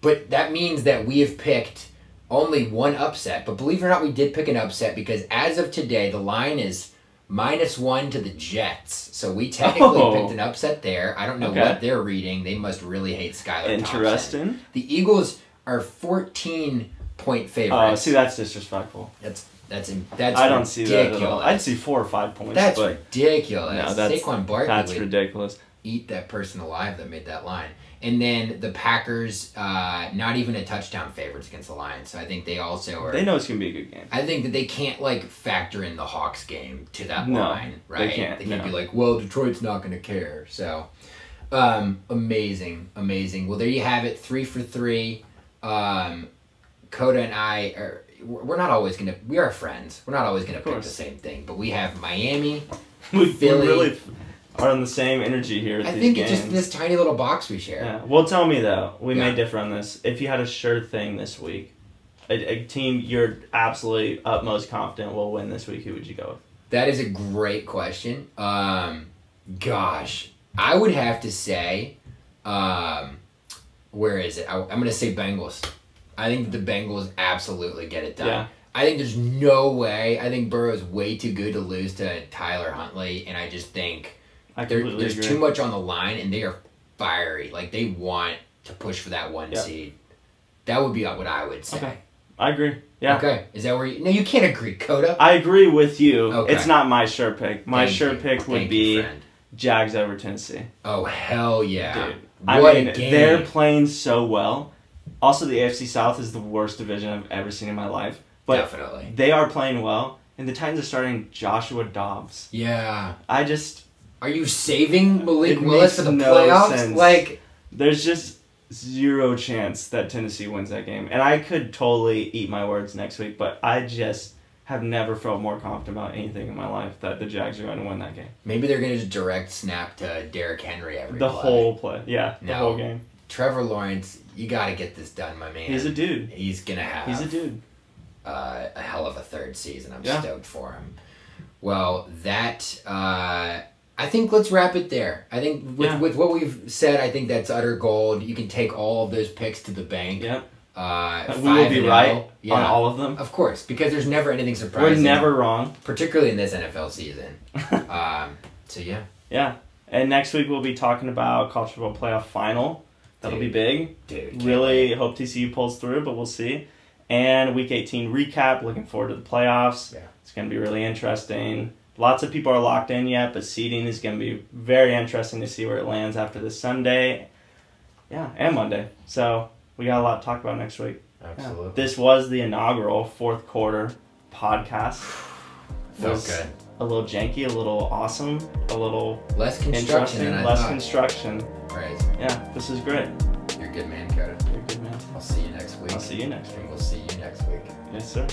[SPEAKER 1] but that means that we have picked only one upset. But believe it or not, we did pick an upset because as of today, the line is minus one to the Jets. So we technically
[SPEAKER 2] Oh.
[SPEAKER 1] picked an upset there. I don't know
[SPEAKER 2] Okay.
[SPEAKER 1] what they're reading. They must really hate Skylar Thompson.
[SPEAKER 2] Interesting.
[SPEAKER 1] The Eagles are 14 point
[SPEAKER 2] Uh,
[SPEAKER 1] favorites.
[SPEAKER 2] see, that's disrespectful.
[SPEAKER 1] that's that's that's
[SPEAKER 2] I don't
[SPEAKER 1] ridiculous.
[SPEAKER 2] see that at all. I'd see four or five points.
[SPEAKER 1] that's
[SPEAKER 2] but
[SPEAKER 1] ridiculous.
[SPEAKER 2] no, that's
[SPEAKER 1] Saquon Barkley
[SPEAKER 2] that's
[SPEAKER 1] would
[SPEAKER 2] ridiculous.
[SPEAKER 1] eat that person alive that made that line. And then the Packers, uh, not even a touchdown favorites against the Lions. So I think they also are.
[SPEAKER 2] They know it's gonna be a good game.
[SPEAKER 1] I think that they can't like factor in the Hawks game to that
[SPEAKER 2] No,
[SPEAKER 1] line,
[SPEAKER 2] they
[SPEAKER 1] right?
[SPEAKER 2] can't, no.
[SPEAKER 1] be like, well, Detroit's not going to care. So um, amazing, amazing. Well, there you have it, three for three. Um, Coda and I are. We're we're not always gonna. We are friends. We're not always gonna pick the
[SPEAKER 2] course.
[SPEAKER 1] same thing, but we have Miami.
[SPEAKER 2] *laughs* we, we
[SPEAKER 1] Philly.
[SPEAKER 2] really are on the same energy here. With
[SPEAKER 1] I
[SPEAKER 2] these
[SPEAKER 1] think
[SPEAKER 2] games.
[SPEAKER 1] it's just this tiny little box we share.
[SPEAKER 2] Yeah. Well, tell me though, we
[SPEAKER 1] Yeah.
[SPEAKER 2] may differ on this. If you had a sure thing this week, a, a team you're absolutely utmost confident will win this week, who would you go with?
[SPEAKER 1] That is a great question. Um, gosh, I would have to say, um, where is it? I, I'm going to say Bengals. I think that the Bengals absolutely get it done.
[SPEAKER 2] Yeah.
[SPEAKER 1] I think there's no way. I think Burrow is way too good to lose to Tyler Huntley, and I just think
[SPEAKER 2] I
[SPEAKER 1] there,
[SPEAKER 2] completely
[SPEAKER 1] there's
[SPEAKER 2] agree.
[SPEAKER 1] too much on the line, and they are fiery. Like they want to push for that one
[SPEAKER 2] Yeah.
[SPEAKER 1] seed. That would be what I would say.
[SPEAKER 2] Okay. I agree. Yeah.
[SPEAKER 1] Okay. Is that where? You, no, you can't agree, Coda.
[SPEAKER 2] I agree with you.
[SPEAKER 1] Okay.
[SPEAKER 2] It's not my sure pick. My
[SPEAKER 1] Thank
[SPEAKER 2] sure
[SPEAKER 1] you.
[SPEAKER 2] pick would
[SPEAKER 1] Thank you,
[SPEAKER 2] be
[SPEAKER 1] friend.
[SPEAKER 2] Jags over Tennessee.
[SPEAKER 1] Oh hell yeah!
[SPEAKER 2] Dude. I
[SPEAKER 1] What
[SPEAKER 2] mean,
[SPEAKER 1] a game!
[SPEAKER 2] they're playing so well. Also, the AFC South is the worst division I've ever seen in my life. But
[SPEAKER 1] Definitely.
[SPEAKER 2] they are playing well, and the Titans are starting Joshua Dobbs.
[SPEAKER 1] Yeah.
[SPEAKER 2] I just
[SPEAKER 1] Are you saving Malik
[SPEAKER 2] It
[SPEAKER 1] Willis for
[SPEAKER 2] makes
[SPEAKER 1] the
[SPEAKER 2] no
[SPEAKER 1] playoffs?
[SPEAKER 2] sense.
[SPEAKER 1] Like,
[SPEAKER 2] there's just zero chance that Tennessee wins that game, and I could totally eat my words next week. But I just have never felt more confident about anything in my life that the Jags are going to win that game.
[SPEAKER 1] maybe they're gonna just direct snap to Derrick Henry every
[SPEAKER 2] The
[SPEAKER 1] play.
[SPEAKER 2] whole play, yeah, the
[SPEAKER 1] No.
[SPEAKER 2] whole game.
[SPEAKER 1] Trevor Lawrence, you gotta get this done, my man.
[SPEAKER 2] He's a dude.
[SPEAKER 1] He's gonna have
[SPEAKER 2] He's a dude.
[SPEAKER 1] uh, a hell of a third season. I'm
[SPEAKER 2] Yeah.
[SPEAKER 1] stoked for him. Well, that uh, I think let's wrap it there. I think with,
[SPEAKER 2] Yeah.
[SPEAKER 1] with what we've said, I think that's utter gold. You can take all of those picks to the bank.
[SPEAKER 2] Yep.
[SPEAKER 1] Uh,
[SPEAKER 2] We will
[SPEAKER 1] five
[SPEAKER 2] be
[SPEAKER 1] and
[SPEAKER 2] right
[SPEAKER 1] oh. Yeah.
[SPEAKER 2] on all of them.
[SPEAKER 1] Of course, because there's never anything
[SPEAKER 2] We're
[SPEAKER 1] surprising.
[SPEAKER 2] never wrong.
[SPEAKER 1] particularly in this NFL season.
[SPEAKER 2] *laughs*
[SPEAKER 1] um, so yeah,
[SPEAKER 2] Yeah. And next week we'll be talking about college football playoff final. That'll
[SPEAKER 1] Dude.
[SPEAKER 2] be big.
[SPEAKER 1] dude. can't
[SPEAKER 2] Really hope TCU pulls through, but we'll see. And week 18 recap. Looking forward to the playoffs.
[SPEAKER 1] Yeah.
[SPEAKER 2] It's going to be really interesting. Lots of people are locked in yet, but seeding is going to be very interesting to see where it lands after this Sunday. Yeah, and Monday. So we got a lot to talk about next week.
[SPEAKER 1] wait.
[SPEAKER 2] Yeah.
[SPEAKER 1] Absolutely.
[SPEAKER 2] This was the inaugural fourth quarter podcast.
[SPEAKER 1] Felt
[SPEAKER 2] was
[SPEAKER 1] good.
[SPEAKER 2] A little janky, a little awesome, a little
[SPEAKER 1] Less construction
[SPEAKER 2] interesting,
[SPEAKER 1] than I
[SPEAKER 2] less
[SPEAKER 1] thought.
[SPEAKER 2] construction.
[SPEAKER 1] Right.
[SPEAKER 2] Yeah, this is great.
[SPEAKER 1] You're a good man, Coda.
[SPEAKER 2] You're a good man.
[SPEAKER 1] I'll see you next week.
[SPEAKER 2] I'll see you next week.
[SPEAKER 1] And we'll see you next week.
[SPEAKER 2] Yes, sir.